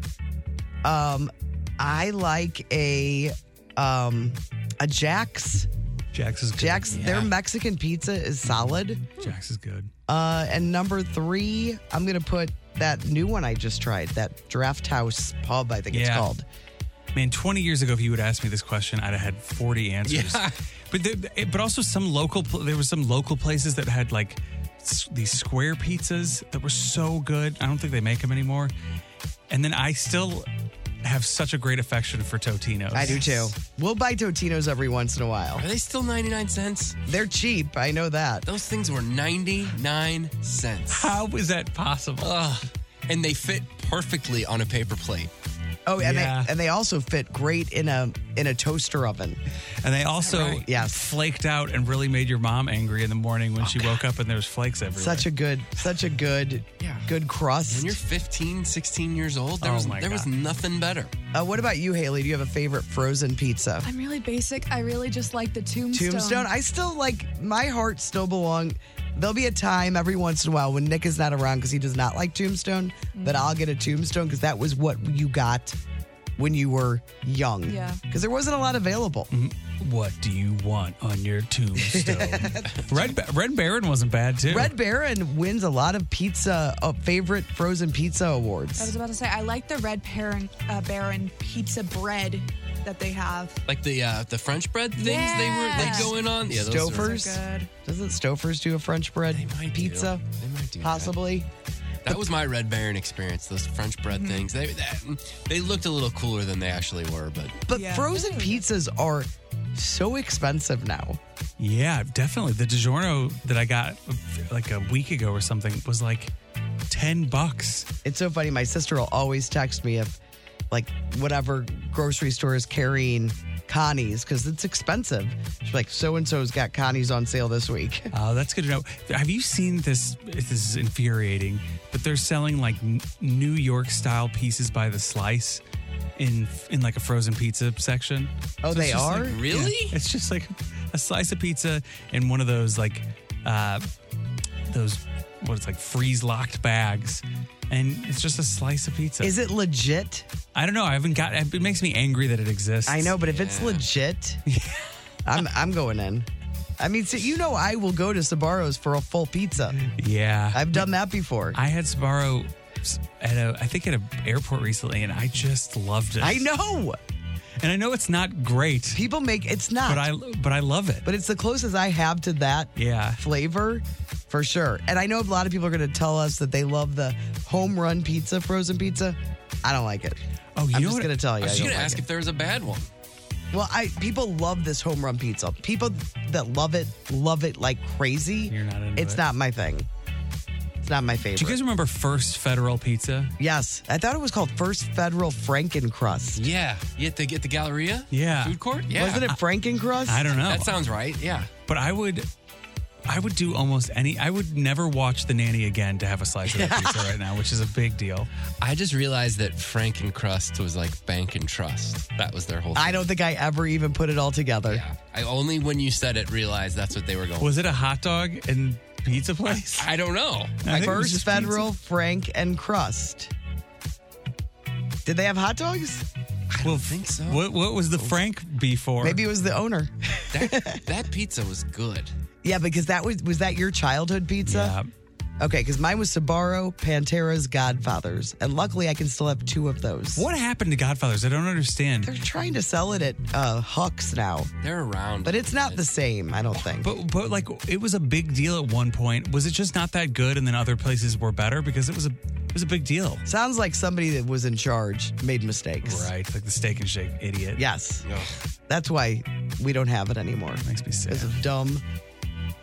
um, I like a um a Jack's.
Jax is good.
Jack's their Mexican pizza is solid.
Jax is good.
Uh, and number three, I'm gonna put that new one I just tried, that Draft House Pub, I think it's
Yeah.
called.
Man, 20 years ago, if you would ask me this question, I'd have had 40 answers. [LAUGHS] But, there, but also some local, pl- there were some local places that had like s- these square pizzas that were so good. I don't think they make them anymore. And then I still have such a great affection for Totino's.
I do too. We'll buy Totinos every once in a while.
Are they still 99 cents?
They're cheap. I know that.
Those things were 99 cents.
How is that possible?
Ugh. And they fit perfectly on a paper plate.
Oh, and
Yeah.
they and they also fit great in a in a toaster oven.
And they also
Yes. Oh,
flaked out and really made your mom angry in the morning when she woke up and there was flakes everywhere.
Such a good, such a good,
Yeah.
good
When
crust.
you're 15, 16 years old, there,
Oh
was,
my
there was
God.
nothing better.
Uh, what about you, Haley? Do you have a favorite frozen pizza?
I'm really basic. I really just like the tombstone.
Tombstone. I still like my heart still belong. There'll be a time every once in a while when Nick is not around because he does not like Tombstone that I'll get a Tombstone because that was what you got when you were young.
Yeah.
Because there wasn't a lot available.
Mm-hmm.
what do you want on your tombstone?
[LAUGHS]
Red, Ba- Red Baron wasn't bad too.
Red Baron wins a lot of pizza uh, favorite frozen pizza
I was
awards.
about to say I like the red Baron, uh, Baron pizza bread that they have.
Like the uh, the French bread things they were
Yeah.
like going on. Yeah, those are-
Stouffer's?
Good.
Doesn't Stouffer's do a French bread
They might do.
pizza?
They might do that.
Possibly.
That was my Red Baron experience. Those French bread things. They that, mm, they looked a little cooler than they actually were, but
But
Yeah. [LAUGHS]
frozen pizzas are so expensive now.
Yeah, definitely. The DiGiorno that I got like a week ago or something was like 10 bucks.
It's so funny. My sister will always text me if, like, whatever grocery store is carrying Connie's because it's expensive. She's like, so and so's got Connie's on sale this week.
Oh, that's good to know. Have you seen this? This is infuriating, but they're selling like n- New York style pieces by the slice in in like a frozen pizza section.
Oh,
it's
they
just,
are?
yeah,
Really?
it's just like a slice of pizza in one of those like uh, those what it's like freeze locked bags, and it's just a slice of pizza.
Is it legit?
I don't know. I haven't got. It makes me angry that it exists.
I know, but if it's legit, I'm I'm going in. I mean, so you know, I will go to Sabaro's for a full pizza.
Yeah,
I've done that before.
I had Sbarro at a I think at an airport recently, and I just loved it.
I know
and I know it's not great,
people make it's not,
but I but I love it.
but it's the closest I have to that
yeah,
flavor for sure. And I know a lot of people are going to tell us that they love the home run pizza, frozen pizza. I don't like it.
Oh, you
I'm
know
just
what-
going to tell you.
I
I
was
don't
going to
like
ask
it.
if there was a bad one.
Well, I people love this home run pizza. People that love it love it like crazy.
You're not into
It's
it.
not my thing. It's not my favorite.
do you guys remember First Federal Pizza?
yes, I thought it was called First Federal Frankencrust.
Yeah, you had to get the Galleria.
Yeah.
food court. Yeah,
Wasn't it Frankencrust?
I don't know,
That sounds right. Yeah,
but I would. I would do almost any. I would never watch The Nanny again to have a slice of that pizza right
[LAUGHS]
now, which is a big deal.
I just realized that Frank and Crust was like Bank and Trust. That was their whole. Thing.
I don't think I ever even put it all together.
Yeah, I only when you said it realized that's what they were going.
Was it a hot dog and pizza place?
I don't know.
I think it was
First
just
Federal Frank and Crust. Did they have hot dogs?
pizza. Well,
think so.
What What was the Frank before?
Maybe it was the owner. [LAUGHS]
That, that pizza was good.
Yeah, because that was was that your childhood
Yeah.
pizza? Okay, because mine was Sabaro, Pantera's, Godfather's, and luckily I can still have two of those.
What happened to Godfathers? I don't understand.
They're trying to sell it at uh, Huck's now,
They're around,
but it's not the same. I don't think.
But but like it was a big deal at one point. Was it just not that good, and then other places were better because it was a it was a big deal,
Sounds like somebody that was in charge made mistakes.
right? Like the steak and shake idiot.
Yes,
Ugh.
that's why we don't have it anymore.
makes me
Because
sad.
of dumb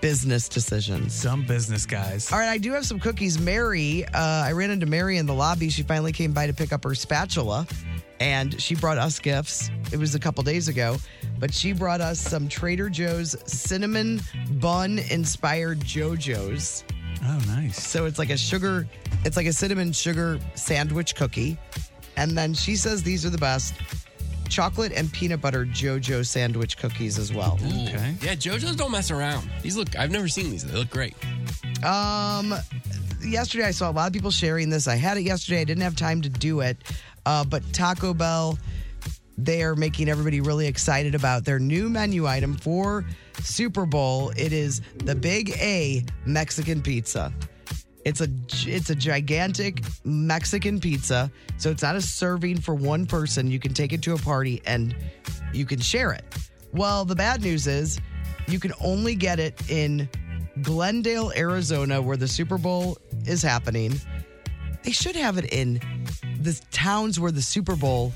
business decisions.
Dumb business guys.
All right, I do have some cookies. Mary, uh, I ran into Mary in the lobby. She finally came by to pick up her spatula, and she brought us gifts. It was a couple days ago, but she brought us some Trader Joe's cinnamon bun inspired JoJo's.
Oh, nice.
So it's like a sugar, it's like a cinnamon sugar sandwich cookie. And then she says these are the best chocolate and peanut butter JoJo sandwich cookies as well.
Ooh.
Okay.
Yeah, JoJo's don't mess around. These look. I've never seen these. They look great.
Um, yesterday I saw a lot of people sharing this. I had it yesterday. I didn't have time to do it, uh, but Taco Bell, they are making everybody really excited about their new menu item for Super Bowl. It is the Big A Mexican Pizza. It's a gi- it's a gigantic Mexican pizza, so it's not a serving for one person. You can take it to a party and you can share it. Well, the bad news is you can only get it in Glendale, Arizona, where the Super Bowl is happening. They should have it in the towns where the Super Bowl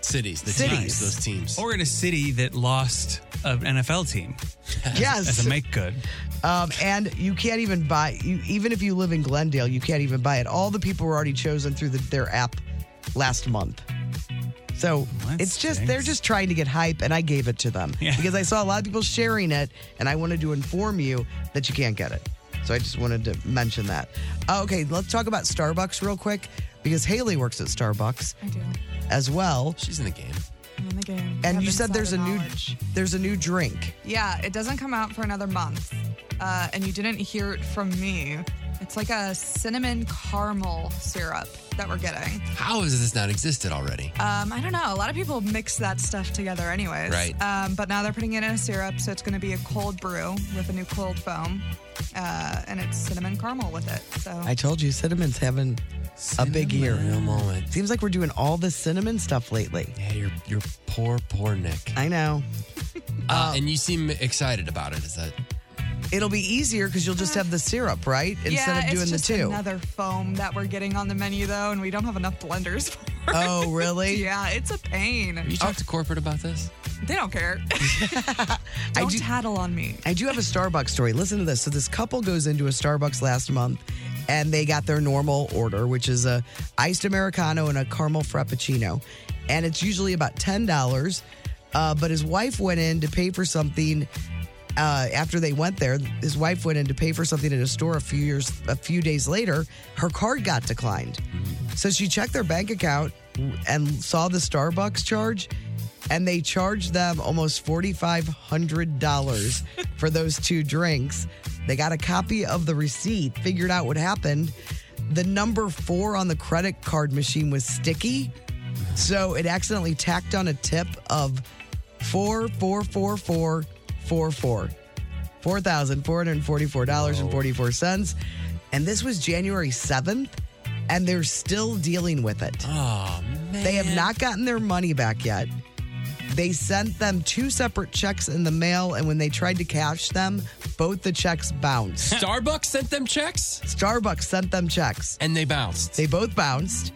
cities, the
Cities.
teams, those teams.
Or in a city that lost an NFL team. [LAUGHS]
Yes.
As a make good.
Um, and you can't even buy, you, even if you live in Glendale, you can't even buy it. All the people were already chosen through the, their app last month. So it's just, they're just trying to get hype, and I gave it to them because I saw a lot of people sharing it, and I wanted to inform you that you can't get it. So I just wanted to mention that. Uh, okay, let's talk about Starbucks real quick because Haley works at Starbucks
I do.
as well.
She's in the game.
I'm in the game.
And
Have
you said
insider
there's a new
knowledge.
there's a new drink.
Yeah, it doesn't come out for another month. Uh, and you didn't hear it from me. It's like a cinnamon caramel syrup that we're getting.
How has this not existed already?
Um, I don't know. A lot of people mix that stuff together, anyways.
Right.
Um, but now they're putting it in a syrup, so it's going to be a cold brew with a new cold foam, uh, and it's cinnamon caramel with it. So
I told you cinnamon's having a big year. Seems like we're doing all this cinnamon stuff lately.
Yeah, you're you're poor, poor Nick.
I know.
Uh, and you seem excited about it. Is
[LAUGHS]
that
It'll be easier because you'll just have the syrup, right? Instead
Ah. yeah,
of doing
it's just
the two.
another foam that we're getting on the menu though, and we don't have enough blenders [LAUGHS] for. it.
Oh, really?
Yeah, it's a pain. Oh,
you talked to corporate about this?
They
[LAUGHS]
don't care. [LAUGHS] don't
do-
tattle on me.
I do have a Starbucks story. Listen to this. So this couple goes into a Starbucks last month and they got their normal order, which is a iced americano and a caramel frappuccino. And it's usually about $10. Uh, but his wife went in to pay for something uh, after they went there, his wife went in to pay for something at a store a few years, a few days later. Her card got declined, so she checked their bank account and saw the Starbucks charge, and they charged them almost forty five hundred dollars for those two drinks. They got a copy of the receipt, figured out what happened. The number four on the credit card machine was sticky, so it accidentally tacked on a tip of four four four four four four. Four thousand four hundred and forty-four dollars and forty-four cents. And this was January seventh, and they're still dealing with it.
Oh man.
They have not gotten their money back yet. They sent them two separate checks in the mail, and when they tried to cash them, both the checks
[LAUGHS]
bounced.
Starbucks sent them checks
Starbucks sent them checks.
and they bounced.
They both bounced.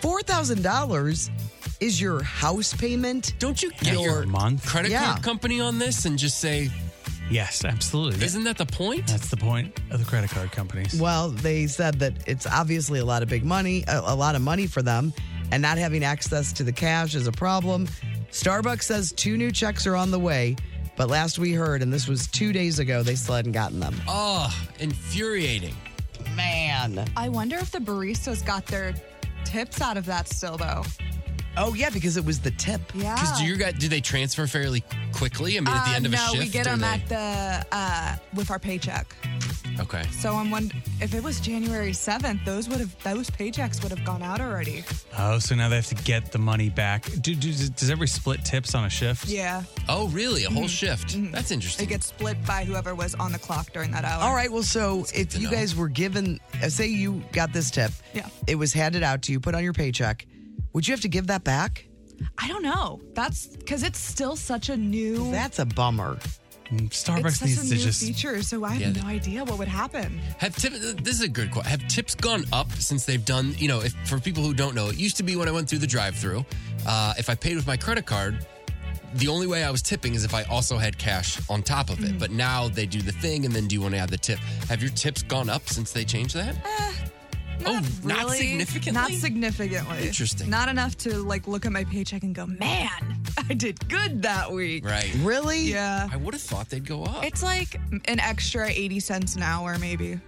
Four thousand dollars is your house payment.
Don't you get
Your
your
month?
credit
Yeah.
card company on this and just say,
Yes, absolutely.
isn't that the point?
That's the point of the credit card companies.
Well, they said that it's obviously a lot of big money, a, a lot of money for them, and not having access to the cash is a problem. Starbucks says two new checks are on the way, but last we heard, and this was two days ago, they still hadn't gotten them.
Oh, infuriating.
Man.
I wonder if the baristas got their tips out of that still, though.
Oh, yeah, because it was the tip.
Yeah.
Because do you got do they transfer fairly quickly? I mean, at the
Uh,
end of
no,
a shift.
we get
or
them
they-
at the uh, with our paycheck.
Okay.
So I'm wondering if it was January seventh, those would have those paychecks would have gone out already.
Oh, so now they have to get the money back. Do, do, does every split tips on a shift?
Yeah, Mm-hmm.
Oh, really? A whole shift. That's interesting.
it gets split by whoever was on the clock during that hour.
All right, well, so if
to
you
know.
guys were given, uh, say you got this tip,
Yeah.
it was handed out to you, put on your paycheck, would you have to give that back?
I don't know. That's because it's still such a new.
That's a bummer.
Mm,
it's
Starbucks
such a
needs to
new
just.
feature, so I have
Yeah, they-
no idea what would happen.
Have tip, this is a good question. Have tips gone up since they've done, you know, if for people who don't know, it used to be when I went through the drive through, uh, if I paid with my credit card, the only way I was tipping is if I also had cash on top of it.
Mm-hmm.
But now they do the thing and then do you want to add the tip? Have your tips gone up since they changed that?
Uh, Not
oh,
really,
not significantly.
Not significantly.
Interesting.
Not enough to like look at my paycheck and go, man, [LAUGHS] I did good that week.
Right.
Really?
Yeah.
I would have thought they'd go up.
It's like an extra 80 cents an hour, maybe.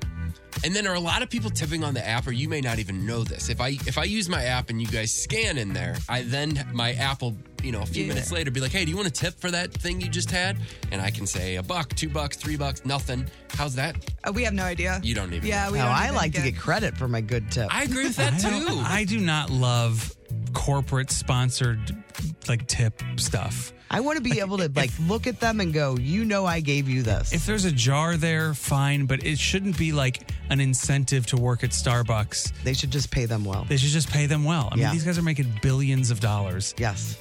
And then are a lot of people tipping on the app, or you may not even know this. If I if I use my app and you guys scan in there, I then my app will, you know, a few
Yeah.
minutes later be like, hey, do you want a tip for that thing you just had? And I can say a buck, two bucks, three bucks, nothing. How's that?
Uh, we have no idea.
You don't even
Yeah,
know.
we
Now,
don't
I
even
like to get credit for my good tip.
I agree with
[LAUGHS]
that
I don't-
too.
I do not love corporate sponsored like tip stuff.
I want to be able to
[LAUGHS]
like look at them and go, you know, I gave you this.
If there's a jar there, fine, but it shouldn't be like an incentive to work at Starbucks.
they should just pay them well.
They should just pay them well. I mean,
Yeah.
these guys are making billions of dollars.
Yes.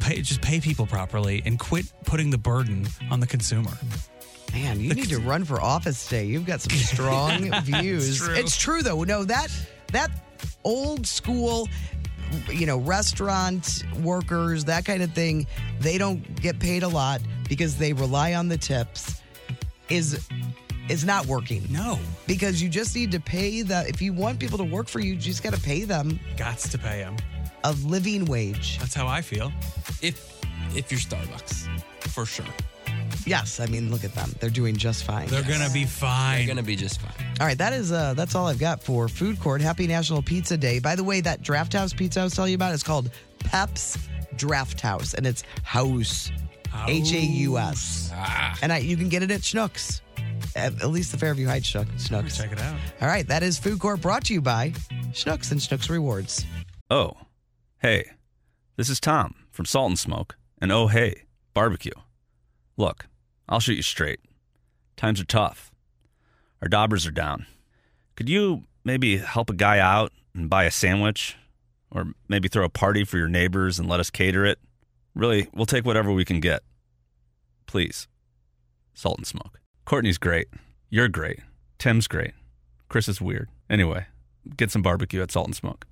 Pay, just pay people properly and quit putting the burden on the consumer.
Man, you need to
[LAUGHS]
run for office today. You've got some strong views.
true.
It's true though. No, that that old school, you know, restaurant workers, that kind of thing, they don't get paid a lot because they rely on the tips is is not working.
No.
Because you just need to pay the if you want people to work for you, you just got to pay them
Gots to pay him.
a living wage.
That's how I feel.
If if you're Starbucks, for sure,
Yes, I mean, look at them. They're doing just fine.
They're gonna be fine.
you're gonna be just fine.
All right, that is uh that's all I've got for food court. Happy National Pizza Day. By the way, that draft house pizza I was telling you about is called Pep's Draft House and it's house. H A U S.
Ah.
And I, you can get it at Schnucks. At, at least the Fairview Heights Schnuck- Schnucks.
Check it out.
All right, that is Food Court brought to you by Schnucks and Schnucks Rewards.
Oh, hey, this is Tom from Salt and Smoke, and oh, hey, barbecue. Look, I'll shoot you straight. Times are tough. Our daubers are down. Could you maybe help a guy out and buy a sandwich? Or maybe throw a party for your neighbors and let us cater it? Really, we'll take whatever we can get. Please. Salt and Smoke. Courtney's great. You're great. Tim's great. Chris is weird. Anyway, get some barbecue at Salt and Smoke.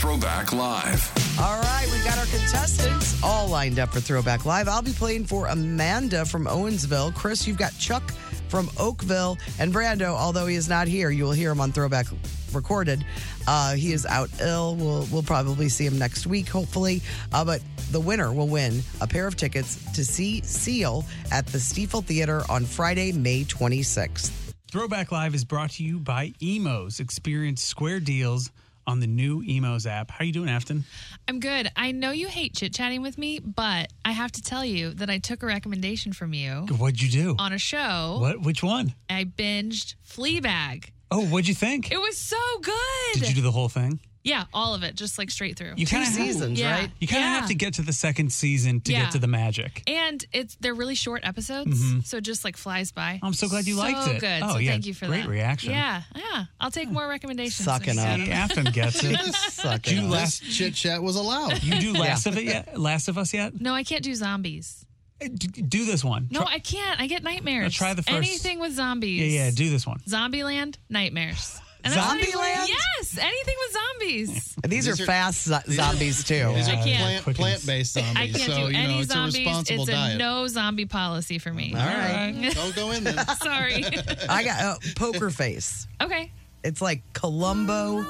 Throwback Live.
All right, we got our contestants all lined up for Throwback Live. I'll be playing for Amanda from Owensville. Chris, you've got Chuck from Oakville, and Brando, although he is not here, you will hear him on Throwback recorded. Uh, he is out ill. We'll we'll probably see him next week, hopefully. Uh, but the winner will win a pair of tickets to see Seal at the Stiefel Theater on Friday, May 26th.
Throwback Live is brought to you by Emos. Experience square deals on the new Emos app. How you doing, Afton?
I'm good. I know you hate chit chatting with me, but I have to tell you that I took a recommendation from you
What'd you do?
on a show.
What? Which one?
I binged Fleabag.
Oh, what'd you think?
It was so good.
Did you do the whole thing?
yeah, all of it, just like straight through.
You
Two
kinda have-
seasons,
Yeah.
right?
You kind of
Yeah.
have to get to the second season to
Yeah.
get to the magic.
and it's they're really short episodes, so it just like flies by.
Mm-hmm. I'm so glad you liked it.
So good.
Oh,
so
yeah,
thank you for
great
that.
reaction.
Yeah, yeah. I'll take more recommendations.
Sucking
next
up.
time.
See, Afton gets
[LAUGHS]
it.
Suck
Do
it
you
up.
last?
Chit chat was allowed.
You do Last of It yet? Last of Us yet?
[LAUGHS] No, I can't do zombies.
Uh, d- Do this one.
No,
Try-
I can't. I get nightmares.
No, try the first-
Anything with zombies.
yeah, yeah. Do this one.
Zombieland,
[LAUGHS]
nightmares. And that's not even-
Zombieland?
Yes, anything with zombies.
These, are,
These are- [LAUGHS]
fast zo- zombies, too.
These are
I can't.
plant
Quickens.
plant based zombies,
[LAUGHS] I can't
so
do
you
any
know it's
zombies.
a responsible
it's a
diet.
no zombie policy for me.
All right.
Don't go in there.
[LAUGHS] Sorry.
I got uh, Poker Face.
[LAUGHS] okay.
It's like Columbo.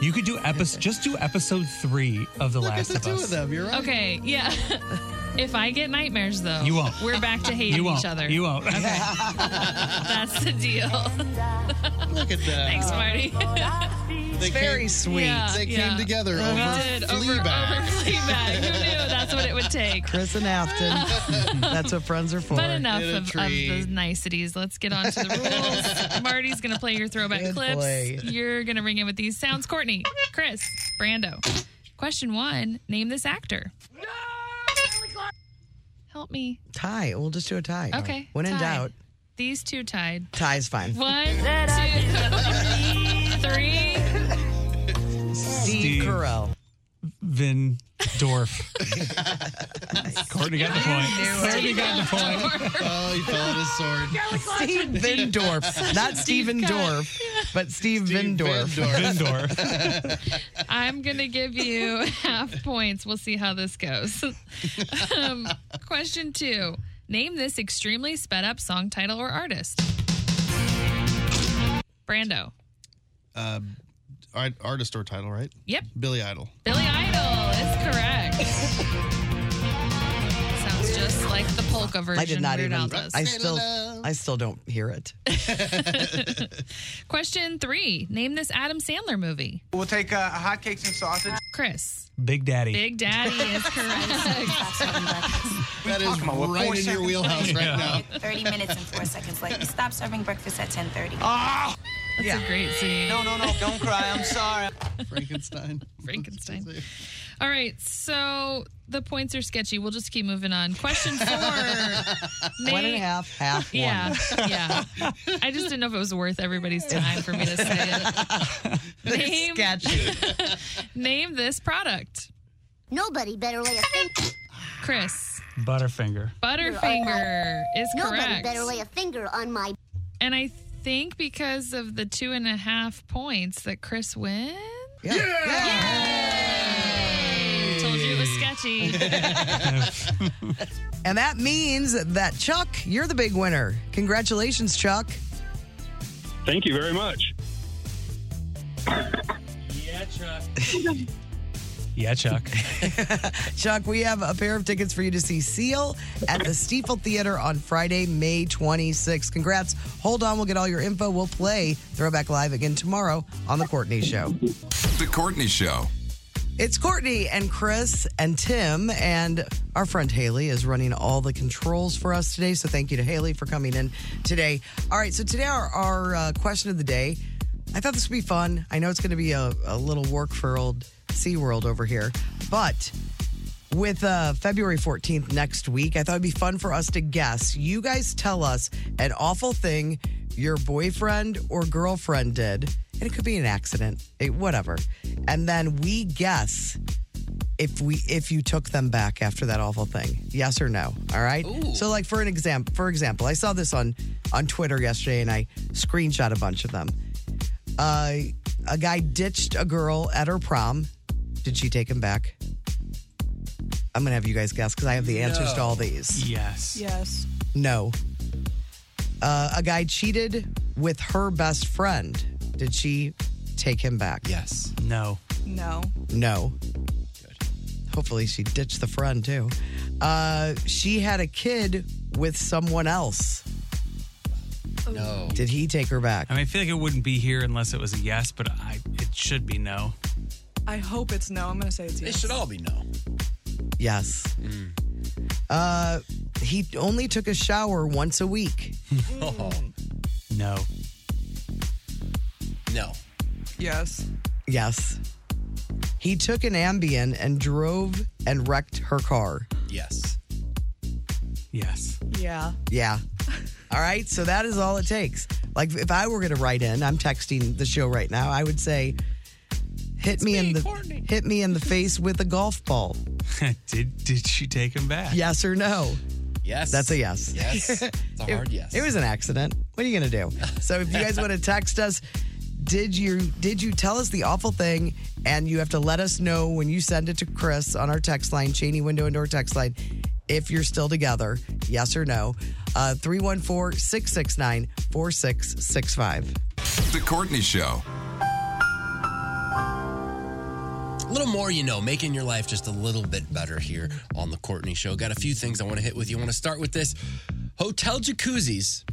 You could do episode. Just do episode three of the
Look at
Last
the
of
two
Us.
of them. You're right.
Okay. Yeah. [LAUGHS] if I get nightmares though,
You won't.
We're back
[LAUGHS]
to hating
You won't.
each other.
You won't.
[LAUGHS] That's the deal.
[LAUGHS] Look at that.
Thanks,
[LAUGHS]
Marty.
Uh, They
Very
came,
sweet.
Yeah,
They
yeah.
came together over
We did over over
Fleabag.
Fleabag. Who knew that's what it would take?
Chris
[LAUGHS]
and Afton. That's what friends are for.
But enough
In a
of, of
tree.
the niceties. Let's get on
[LAUGHS]
to the rules. Marty's going to play your throwback
Good
clips.
play.
You're going to ring in with these sounds. Courtney, Chris, Brando. Question one Name this actor. Help me.
Tie. We'll just do a tie.
Okay.
When in
tie.
doubt,
These two tied.
tie's fine.
One, two, [LAUGHS] three.
Steve Carell.
Vin
[LAUGHS]
Dorf. [LAUGHS] Courtney got the point. Courtney got the point.
Oh, he fell on his sword.
Steve Vindorf. Not Steven
cut.
Dorff, but Steve, Vindorf.
Vin
[LAUGHS]
Dorf.
I'm going to give you half points. We'll see how this goes. [LAUGHS] um, question two Name this extremely sped up song title or artist. Brando.
Uh, Art, artist or title, right?
Yep.
Billy Idol.
Billy Idol is correct.
[LAUGHS]
Sounds just like the polka version.
I did not
Weird
even.
Al does.
I still, I still don't hear it.
Question three Name this Adam Sandler movie.
We'll take uh, hotcakes and sausage.
Chris.
Big Daddy.
Big Daddy is correct.
That is
about? We're four
right in your
[LAUGHS]
seconds
wheelhouse
[LAUGHS]
right now.
30 minutes and 4 seconds late. We stopped serving breakfast at 10.30.
That's a great scene.
Ah! no, no, don't cry.
[LAUGHS]
I'm sorry.
Frankenstein.
Frankenstein. All right, so the points are sketchy. We'll just keep moving on. Question
[LAUGHS]
four.
One and
Name-
a half, half one.
Yeah, yeah. I just didn't know if it was worth everybody's time for me to say
[LAUGHS]
it. Name,
Sketchy.
name this product,
Nobody better lay a finger.
Chris.
Butterfinger.
Butterfinger is
Nobody
correct.
better lay a finger on my.
And I think because of the two and a half points that Chris wins.
Yeah.
Yay! Told you it was
[LAUGHS]
sketchy.
And that means that Chuck, you're the big winner. Congratulations, Chuck.
[LAUGHS]
Thank you very much.
Yeah, Chuck. yeah, Chuck.
Chuck, we have a pair of tickets for you to see Seal at the Steeple Theater on Friday, May 26th. Congrats. Hold on, we'll get all your info. We'll play Throwback Live again tomorrow on The Courtney Show.
The Courtney Show.
It's Courtney and Chris and Tim, and our friend Haley is running all the controls for us today. So thank you to Haley for coming in today. All right, so today, our, our uh, question of the day. I thought this would be fun. I know it's going to be a, a little work for old SeaWorld over here, but with uh, February 14th next week, I thought it'd be fun for us to guess. You guys tell us an awful thing your boyfriend or girlfriend did, and it could be an accident, it, whatever. And then we guess if we if you took them back after that awful thing yes or no all right so like for an example for example i saw this on on twitter yesterday and i screenshot a bunch of them uh, a guy ditched a girl at her prom did she take him back i'm gonna have you guys guess because i have the answers to all these
Yes.
Yes.
no uh, a guy cheated with her best friend did she take him back
yes No.
No.
no. Hopefully, she ditched the friend too. Uh, she had a kid with someone else.
No.
Did he take her back?
I mean, I feel like it wouldn't be here unless it was a yes, but I it should be no.
I hope it's no. I'm going to say it's yes. It
should all be no.
Yes. Uh, he only took a shower once a week.
No.
No.
Yes.
Yes. He took an Ambien and drove and wrecked her car.
Yes.
Yes. [LAUGHS]
Yeah.
Yeah. All right. So that is all it takes. Like if I were going to write in, I'm texting the show right now. I would say, hit me, in the hit me in the face with a golf ball.
did did she take him back?
Yes or no?
Yes.
That's a yes.
Yes. It's a
It-
hard yes.
It was an accident. What are you gonna do? So if you guys
[LAUGHS]
want to text us, did you did you tell us the awful thing? And you have to let us know when you send it to Chris on our text line, Cheney Window Indoor text line, if you're still together, yes or no. uh, 314 669 4665.
The Courtney Show.
A little more, you know, making your life just a little bit better here on the Courtney Show. Got a few things I want to hit with you. I want to start with this. Hotel jacuzzis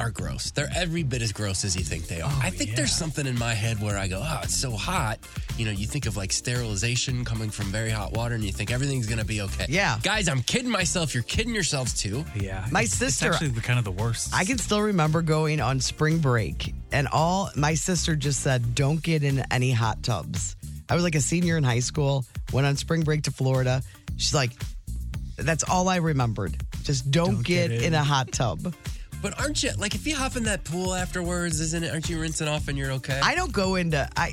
are gross. They're every bit as gross as you think they are.
Oh,
I think there's something in my head where I go, oh, it's so hot. You know, you think of like sterilization coming from very hot water and you think everything's going to be okay.
Yeah.
Guys, I'm kidding myself. You're kidding yourselves too.
Yeah.
My sister.
kind of the worst.
I can still remember going on spring break, and all my sister just said, "Don't get in any hot tubs." I was like a senior in high school, went on spring break to Florida. She's like, "That's all I remembered. Just don't, get, in a hot tub."
But aren't you, like, if you hop in that pool afterwards, isn't it, aren't you rinsing off and you're okay?
I don't go into I.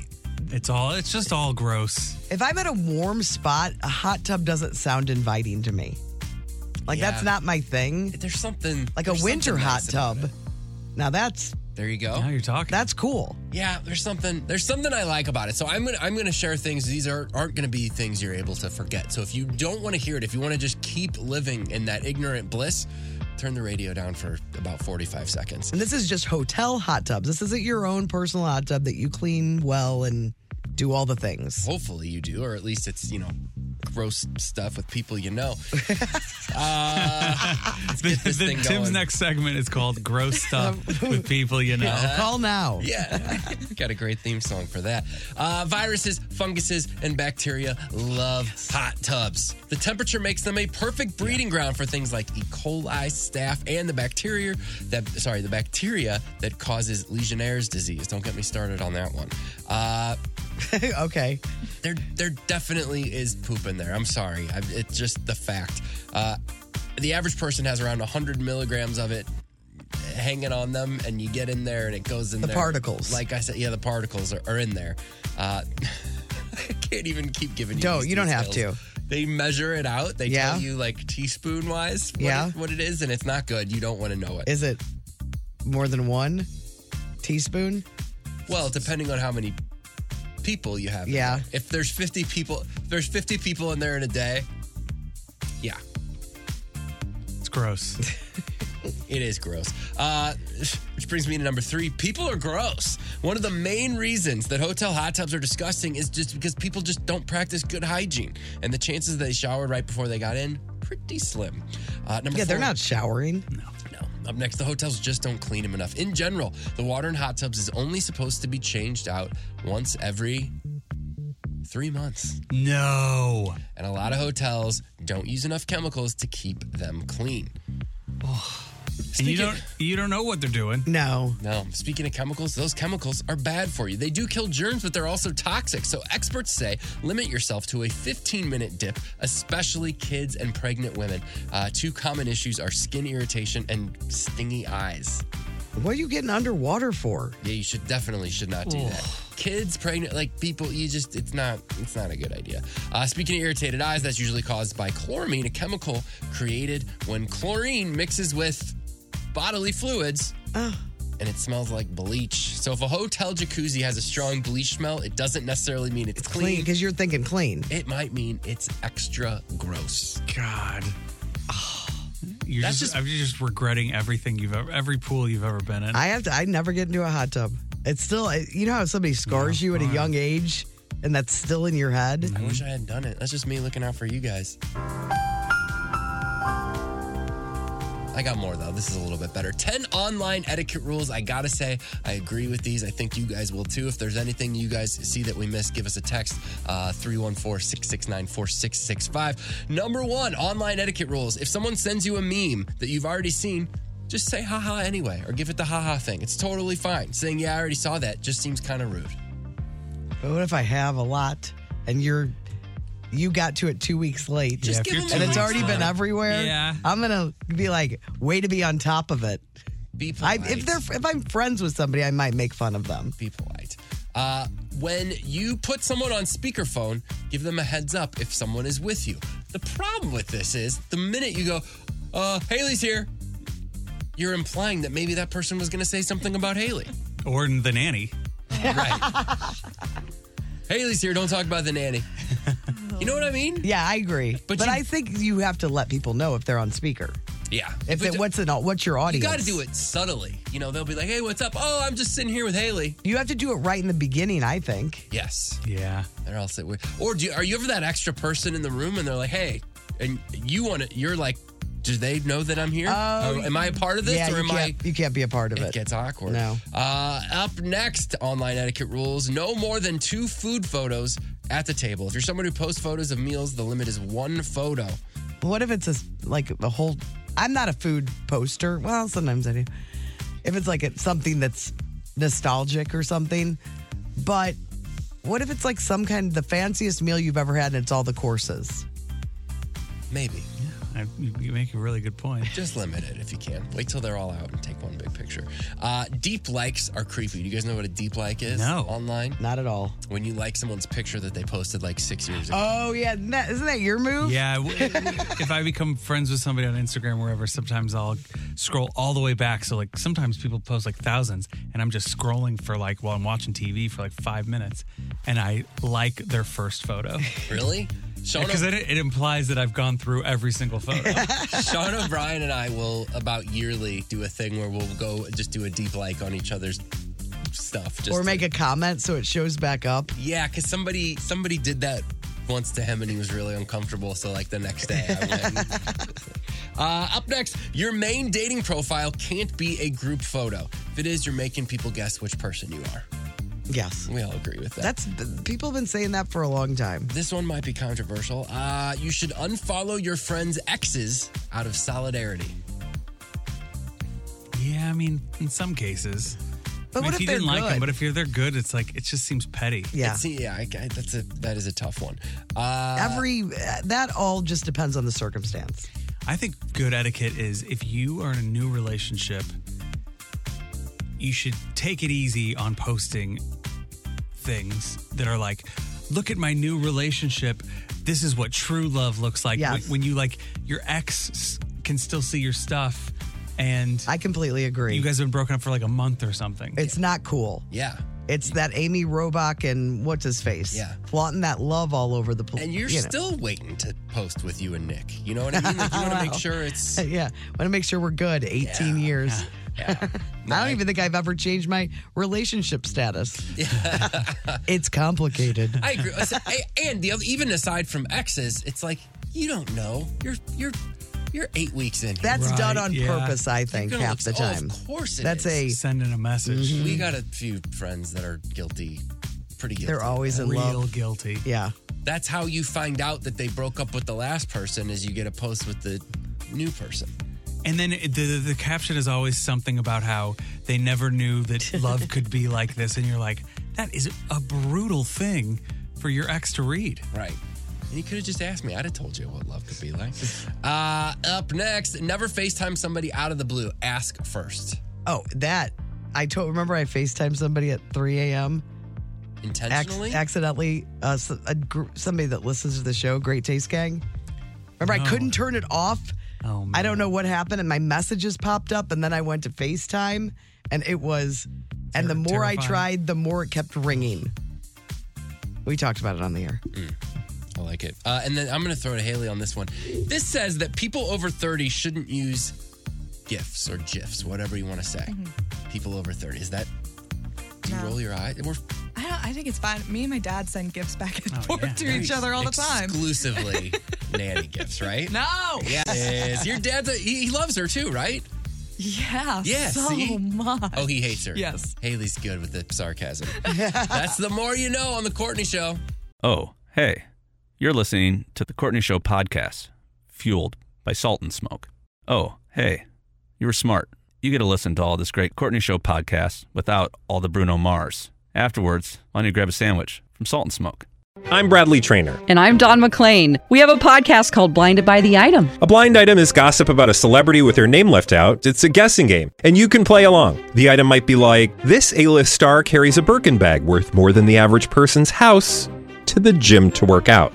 It's all it's just all gross.
If I'm at a warm spot, a hot tub doesn't sound inviting to me. Like that's
Yeah.
not my thing.
There's something
Like a
there's
winter
something
hot
nice about
tub. Now that's
There you go.
you're talking.
That's cool.
Yeah, there's something there's something I like about it. So I'm gonna I'm gonna share things. These are aren't gonna be things you're able to forget. So if you don't want to hear it, if you want to just keep living in that ignorant bliss, turn the radio down for about 45 seconds.
And this is just hotel hot tubs. This isn't your own personal hot tub that you clean well and do all the things.
Hopefully you do, or at least it's you know gross stuff with people
[LAUGHS]
you know. uh, let's get this
The-
thing
Tim's
going.
next segment is called
[LAUGHS]
"Gross Stuff with People You Know."
Yeah.
Call now.
Yeah, [LAUGHS] got a great theme song for that. Uh, viruses, funguses, and bacteria love hot tubs. The temperature makes them a perfect breeding ground for things like E. coli, staph, and the bacteria that sorry, the bacteria that causes Legionnaire's disease. Don't get me started on that one. Uh,
[LAUGHS] okay.
There, there definitely is poop in there. I'm sorry. I, it's just the fact. Uh, the average person has around 100 milligrams of it hanging on them, and you get in there and it goes in
The
there.
particles.
Like I said, yeah, the particles are, are in there. Uh, [LAUGHS] I can't even keep giving you.
Don't.
these
You don't have
details. They measure it out. They
Yeah.
tell you like teaspoon wise what,
Yeah.
it, what it is, and it's not good. You don't want to know it.
Is it more than one teaspoon?
Well, depending on how many people you have. in
Yeah.
there. If there's 50 people, if there's 50 people in there in a day. Yeah,
It's gross.
[LAUGHS] it is gross. Uh, which brings me to number three. People are gross. One of the main reasons that hotel hot tubs are disgusting is just because people just don't practice good hygiene, and the chances they showered right before they got in pretty slim. Uh, number
yeah, they're
four-
not showering.
Up next, the hotels just don't clean them enough. In general, the water in hot tubs is only supposed to be changed out once every three months.
No.
And a lot of hotels don't use enough chemicals to keep them clean.
And you
Speaking-
don't you don't know what they're doing.
No.
No. Speaking of chemicals, those chemicals are bad for you. They do kill germs, but they're also toxic. So experts say limit yourself to a 15 minute dip, especially kids and pregnant women. Uh, two common issues are skin irritation and stingy eyes.
What are you getting underwater for?
Yeah, you should definitely should not do
Ugh.
that. Kids, pregnant, like people, you just it's not it's not a good idea. Uh, speaking of irritated eyes, that's usually caused by chloramine, a chemical created when chlorine mixes with bodily fluids. And it smells like bleach. So if a hotel jacuzzi has a strong bleach smell, it doesn't necessarily mean it's,
Clean,
clean.
because you're thinking clean.
It might mean it's extra gross.
[SIGHS]
God. You're
That's
just, I'm just regretting everything you've ever every pool you've ever been in.
I have to. I never get into a hot tub. It's still. You know how somebody scars you at a young age, and that's still in your head. Mm-hmm.
I wish I hadn't done it. That's just me looking out for you guys. I got more though. This is a little bit better. 10 online etiquette rules. I gotta say, I agree with these. I think you guys will too. If there's anything you guys see that we missed, give us a text uh, 314 669 4665. Number one online etiquette rules. If someone sends you a meme that you've already seen, just say haha anyway or give it the haha thing. It's totally fine. Saying, yeah, I already saw that just seems kind of rude.
But what if I have a lot and you're you got to it two weeks late?
Just Yeah, if give you're them
and
two
it's
weeks
already been
late.
everywhere.
Yeah.
I'm gonna be like, way to be on top of it.
Be
I,
polite.
if they're if I'm friends with somebody, I might make fun of them.
Be polite. Uh, when you put someone on speakerphone, give them a heads up if someone is with you. The problem with this is the minute you go, uh, Haley's here, you're implying that maybe that person was going to say something about Haley.
or the nanny.
Haley's here, don't talk about the nanny. You know what I mean?
Yeah, I agree. But,
you-
I think you have to let people know if they're on speaker.
Yeah.
If it, what's an au- what's your
you
audience?
got to do it subtly. You know, they'll be like, hey, what's up? Oh, I'm just sitting here with Haley.
You have to do it right in the beginning. I think.
Yes.
Yeah.
Or else it would. Or do you, are you ever that extra person in the room and they're like, hey, and you want to, you're like, do they know that I'm here?
Oh,
Or am I a part of this?
Yeah,
or am
you
I?
can't, you can't be a part of it. It
gets awkward.
No.
Uh, up next, online etiquette rules no more than two food photos at the table. If you're someone who posts photos of meals, the limit is one photo.
What if it's a, like a whole? I'm not a food poster. Well, sometimes I do. If it's like it's something that's nostalgic or something, but what if it's like some kind of the fanciest meal you've ever had and it's all the courses?
Maybe.
I, you you make a really good point.
Just limit it if you can. Wait till they're all out and take one big picture. Uh, deep likes are creepy. Do you guys know what a deep like is?
No.
Online?
Not at all.
When you like someone's picture that they posted like six years ago.
Oh yeah, isn't that, isn't that your move?
Yeah, w- if I become friends with somebody on Instagram or wherever, sometimes I'll scroll all the way back. So like sometimes people post like thousands, and I'm just scrolling for like while I'm watching TV for like five minutes, and I like their first photo.
[LAUGHS] Really? Shauna-
Because it, it implies that I've gone through every single
[LAUGHS]
photo.
Sean O'Brien and I will about yearly do a thing where we'll go just do a deep like on each other's stuff. Just
or make a comment so it shows back up.
yeah, because somebody somebody did that once to him and he was really uncomfortable. So like the next day, I
[LAUGHS]
went. uh, up next, your main dating profile can't be a group photo. If it is, you're making people guess which person you are.
Yes.
We all agree with that.
That's people have been saying that for a long time.
This one might be controversial. Uh, you should unfollow your friends' exes out of solidarity.
yeah, I mean, in some cases.
But
I mean, if
what if
you
they're
didn't like
good?
them? But if you're they're good, it's like it just seems petty.
It's- yeah. I, I- that's a that is a tough one. Uh,
Every that all just depends on the circumstance.
I think good etiquette is if you are in a new relationship, you should take it easy on posting things that are like, look at my new relationship. this is what true love looks like.
Yes.
When, when you like your ex s- can still see your stuff, and
I completely agree.
You guys have been broken up for like a month or something.
It's not cool.
Yeah.
It's that Amy Robach and what's his face?
Yeah.
Flaunting that love all over the place.
And you're still waiting to post with you and Nick. You know what I mean? Like, you want
[LAUGHS]
to make sure it's.
yeah. Want to make sure we're good. 18
[LAUGHS]
years. [LAUGHS] I don't even think I've ever changed my
[LAUGHS]
relationship status. it's complicated.
I agree. Listen, I- and the other, even aside from exes, it's like you don't know. You're you're you're eight weeks in.
That's
Right,
done on
yeah.
purpose, I think,
You're gonna
half the
look- oh,
time.
of course, it
That's
is.
a Mm-hmm.
sending a message.
We got a few friends that are guilty, pretty guilty.
They're always in
Real
love.
guilty.
Yeah.
That's how you find out that they broke up with the last person is you get a post with the new person.
And then it- the, the the caption is always something about how they never knew that love could be like this, and you're like, that is a brutal thing for your ex to read.
Right. And you could have just asked me. I'd have told you what love could be like. Uh, up next, never FaceTime somebody out of the blue. Ask first.
Oh, that. I told, remember I FaceTime somebody at 3 a.m.
Intentionally?
accidentally, uh, s- a gr- somebody that listens to the show, Great Taste Gang. Remember, I
No.
couldn't turn it off.
Oh,
I don't know what happened, and my messages popped up, and then I went to FaceTime, and it was, and the more I
terrifying.
tried, the more it kept ringing. We talked about it on the air.
Mm, I like it. Uh, and then I'm going to throw to Haley on this one. This says that people over 30 shouldn't use GIFs or GIFs, whatever you want to say. People over 30. Is that, do you
Mm-hmm. No.
roll your eye? We're
I don't. I think it's fine. Me and my dad send gifts back and forth
yeah.
to each other all the time. [LAUGHS]
exclusively nanny gifts, right?
No.
Yes. Your dad's, a, he, he loves her too, right?
[LAUGHS] Yeah.
Yeah,
So
see?
much.
Oh, he hates her.
Yes.
Haley's good with the sarcasm. [LAUGHS] That's the more you know on The Courtney Show.
Oh, hey, you're listening to the Courtney Show podcast, fueled by salt and smoke. Oh, hey, you were smart. You get to listen to all this great Courtney Show podcast without all the Bruno Mars. Afterwards, why don't you grab a sandwich from Salt and Smoke?
I'm Bradley Trainer.
And I'm Don McClain. We have a podcast called Blinded by the Item.
A blind item is gossip about a celebrity with their name left out. It's a guessing game, and you can play along. The item might be like this: A-list star carries a Birkin bag worth more than the average person's house to the gym to work out.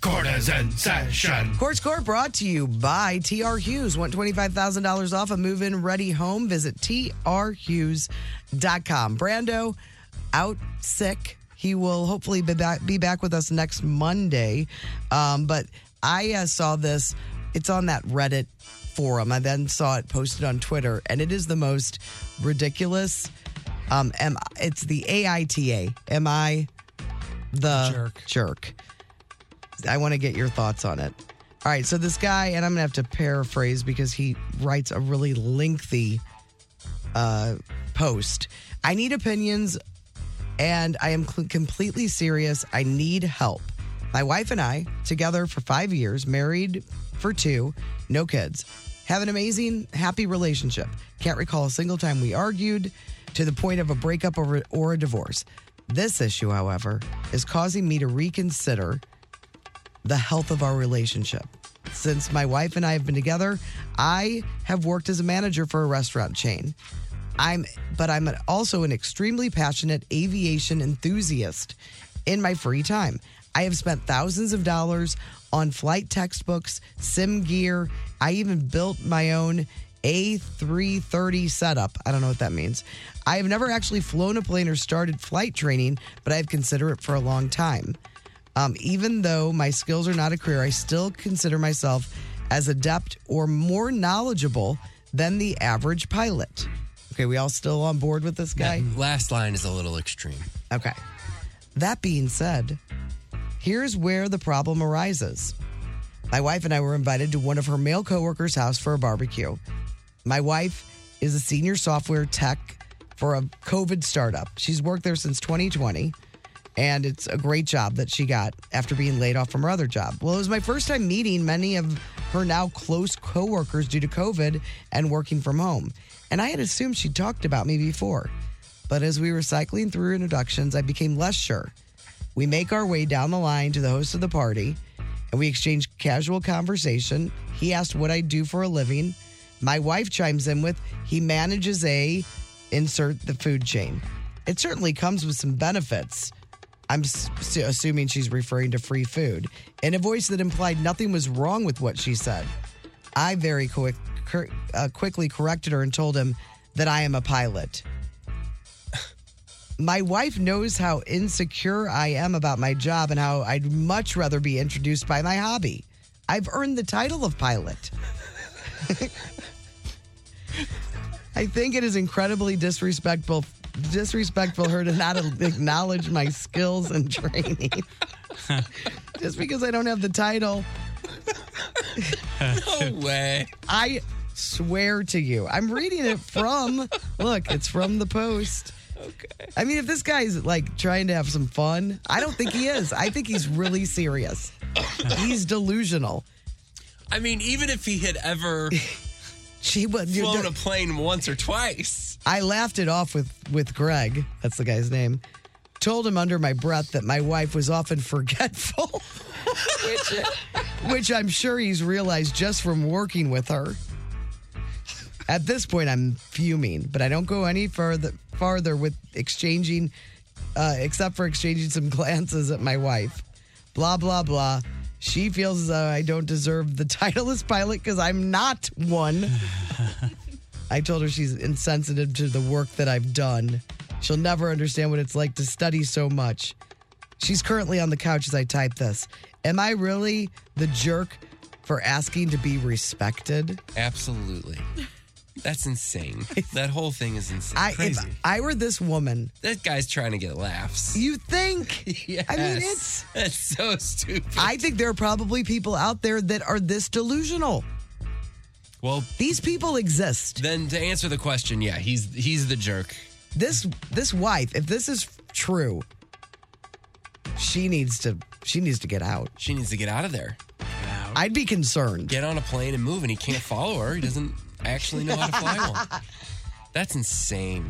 Courtesan session.
Court Score brought to you by TR Hughes. Want $25,000 off a move in ready home? Visit trhughes.com. Brando out sick. He will hopefully be back, be back with us next Monday. Um, but I uh, saw this, it's on that Reddit forum. I then saw it posted on Twitter, and it is the most ridiculous. Um, M- it's the AITA. Am I the jerk? jerk. I want to get your thoughts on it. All right, so this guy, and I'm gonna have to paraphrase because he writes a really lengthy uh, post. I need opinions, and I am cl- completely serious. I need help. My wife and I, together for five years, married for two, no kids, have an amazing, happy relationship. Can't recall a single time we argued to the point of a breakup or, or a divorce. This issue, however, is causing me to reconsider the health of our relationship. Since my wife and I have been together, I have worked as a manager for a restaurant chain. I'm but I'm also an extremely passionate aviation enthusiast in my free time. I have spent thousands of dollars on flight textbooks, sim gear. I even built my own A330 setup. I don't know what that means. I have never actually flown a plane or started flight training, but I've considered it for a long time. Um, even though my skills are not a career, I still consider myself as adept or more knowledgeable than the average pilot. Okay, we all still on board with this guy?
That last line is a little extreme.
Okay. That being said, here's where the problem arises. My wife and I were invited to one of her male coworkers' house for a barbecue. My wife is a senior software tech for a COVID startup. She's worked there since 2020, and it's a great job that she got after being laid off from her other job. Well, it was my first time meeting many of her now close coworkers due to COVID and working from home. And I had assumed she talked about me before But as we were cycling through introductions, I became less sure. We make our way down the line to the host of the party and we exchange casual conversation. He asked what I do for a living. My wife chimes in with, he manages a insert the food chain. It certainly comes with some benefits. I'm s- assuming she's referring to free food in a voice that implied nothing was wrong with what she said. I very quick, cor- uh, quickly corrected her and told him that I am a pilot. My wife knows how insecure I am about my job and how I'd much rather be introduced by my hobby. I've earned the title of pilot. [LAUGHS] I think it is incredibly disrespectful disrespectful her to not [LAUGHS] acknowledge my skills and training. Just because I don't have the title.
[LAUGHS] no way.
I swear to you. I'm reading it from look, it's from the post. Okay. I mean, if this guy's like trying to have some fun, I don't think he is. I think he's really serious. he's delusional.
I mean, even if he had ever
[LAUGHS] she would
flown a plane once or twice.
I laughed it off with with Greg. That's the guy's name. Told him under my breath that my wife was often forgetful, which, which I'm sure he's realized just from working with her. At this point, I'm fuming, but I don't go any further farther with exchanging, uh, except for exchanging some [LAUGHS] glances at my wife. Blah blah blah. She feels as though I don't deserve the title as pilot because I'm not one. I told her she's insensitive to the work that I've done. She'll never understand what it's like to study so much. She's currently on the couch as I type this. Am I really the jerk for asking to be respected?
Absolutely. That's insane. that whole thing is insane.
I, if
Crazy.
I were this woman,
that guy's trying to get laughs.
You think? I mean,
[LAUGHS] Yes.
it's
that's so stupid.
I think there are probably people out there that are this delusional.
Well,
these people exist.
Then to answer the question, yeah, he's he's the jerk.
This this wife, if this is true, she needs to she needs to get out.
She needs to get out of there.
I'd be concerned.
Get on a plane and move, and he can't follow her. He doesn't actually know how to fly
[LAUGHS]
one. That's insane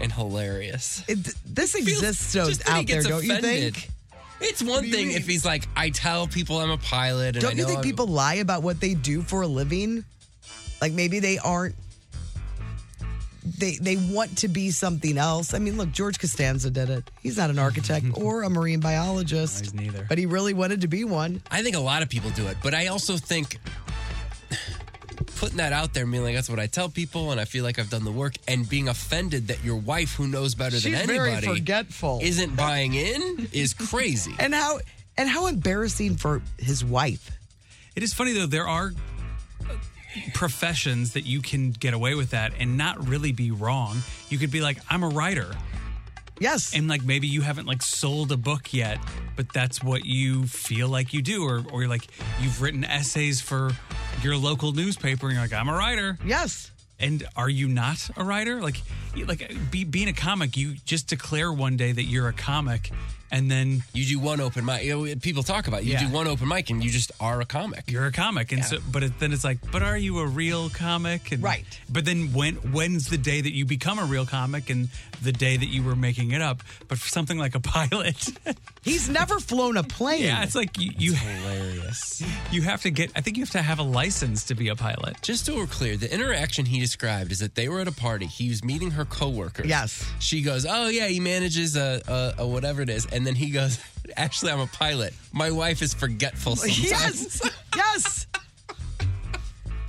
and hilarious.
It, this exists so
just that he
out there,
gets
don't you
offended.
think?
It's one thing if he's like, I tell people I'm a pilot. And I
Don't you
know
think
I'm-
people lie about what they do for a living? Like maybe they aren't. They they want to be something else. I mean, look, George Costanza did it. He's not
[LAUGHS]
an architect or a marine biologist. he's neither. But he really wanted to be one.
I think a lot of people do it, but I also think putting that out there, meaning like that's what I tell people, and I feel like I've done the work, and being offended that your wife, who knows better than
She's very
anybody,
forgetful.
isn't buying in, is crazy.
And how and how embarrassing for his wife.
It is funny though. There are professions that you can get away with that and not really be wrong. You could be like, "I'm a writer."
Yes.
And like maybe you haven't like sold a book yet, but that's what you feel like you do or or you're like you've written essays for your local newspaper and you're like, "I'm a writer."
Yes.
And are you not a writer? Like you- like be, being a comic, you just declare one day that you're a comic and then
you do one open mic. You know, people talk about it. you do one open mic and you just are a comic.
You're a comic, and so but it, then it's like, but are you a real comic? And, right. But then when when's the day that you become a real comic and the day that you were making it up? But for something like a [LAUGHS] pilot,
he's never flown a plane.
Yeah, it's like you. you
hilarious.
[LAUGHS] You have to get. I think you have to have a license to be a pilot.
Just so we're clear, the interaction he described is that they were at a party. He was meeting her coworkers.
Yes.
She goes, "Oh yeah, he manages a, a, a whatever it is," and then he goes, [LAUGHS] "Actually, I'm a pilot. My wife is
[LAUGHS]
forgetful sometimes."
Yes.
[LAUGHS]
yes.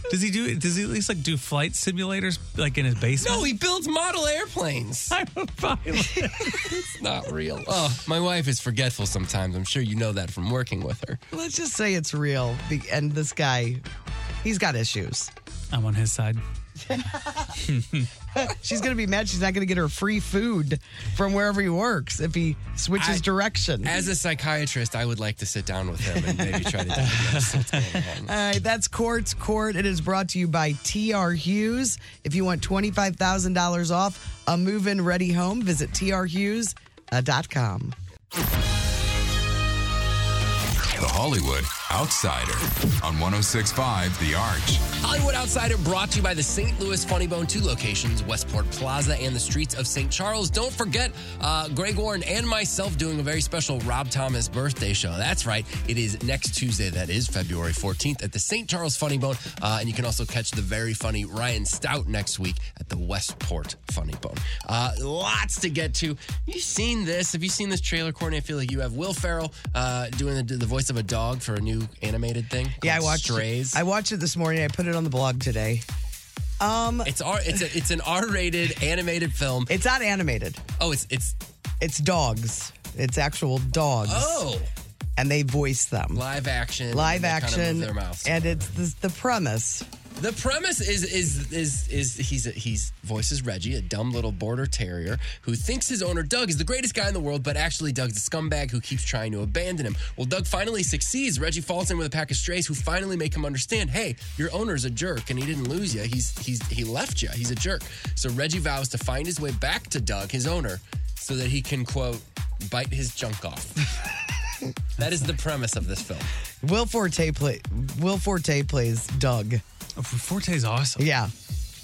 Does he do? Does he at least like do flight simulators like in his basement?
No, he builds model airplanes.
[LAUGHS] I'm a pilot. it's
not real. Oh, my wife is forgetful sometimes. I'm sure you know that from working with her.
Let's just say it's real. Be- And this guy, he's got issues. [LAUGHS]
I'm on his side.
she's gonna be mad. She's not gonna get her free food from wherever he works if he switches
I-
direction.
As a psychiatrist, I would like to sit down with him and maybe
[LAUGHS]
try to diagnose what's going on.
All right, that's Court's Court. It is brought to you by TR Hughes. If you want $25,000 off a move in ready home, visit uh, trhughes.com.
The Hollywood Outsider on 1065 The Arch.
Hollywood Outsider brought to you by the St. Louis Funny Bone, two locations, Westport Plaza and the streets of St. Charles. Don't forget uh, Greg Warren and myself doing a very special Rob Thomas birthday show. That's right. It is next Tuesday. That is February 14th at the St. Charles Funny Bone. Uh, and you can also catch the very funny Ryan Stout next week at the Westport Funny Bone. Uh, lots to get to. You've seen this. Have you seen this trailer, Courtney? I feel like you have Will Ferrell uh, doing the, the voice of a dog for a new animated thing.
Yeah, I
called
watched
Strays.
it. I watched it this morning. I put it on the blog today. Um,
it's R. It's a, it's an R-rated animated film.
It's not animated.
Oh, it's it's
It's dogs. It's actual dogs.
Oh.
and they voice them
live action.
live
They kind of
action,
move their mouths.
and it's the, the premise.
The premise is is is is he's a, he's voices Reggie, a dumb little border terrier who thinks his owner Doug is the greatest guy in the world, but actually Doug's a scumbag who keeps trying to abandon him. Well, Doug finally succeeds. Reggie falls in with a pack of strays who finally make him understand, "Hey, your owner's a jerk, and he didn't lose you. He's he's he left you. He's a jerk." So Reggie vows to find his way back to Doug, his owner, so that he can quote bite his junk off. [LAUGHS] that is the premise of this film.
Will Forte play. Will Forte plays Doug.
Oh, Forte's awesome.
Yeah,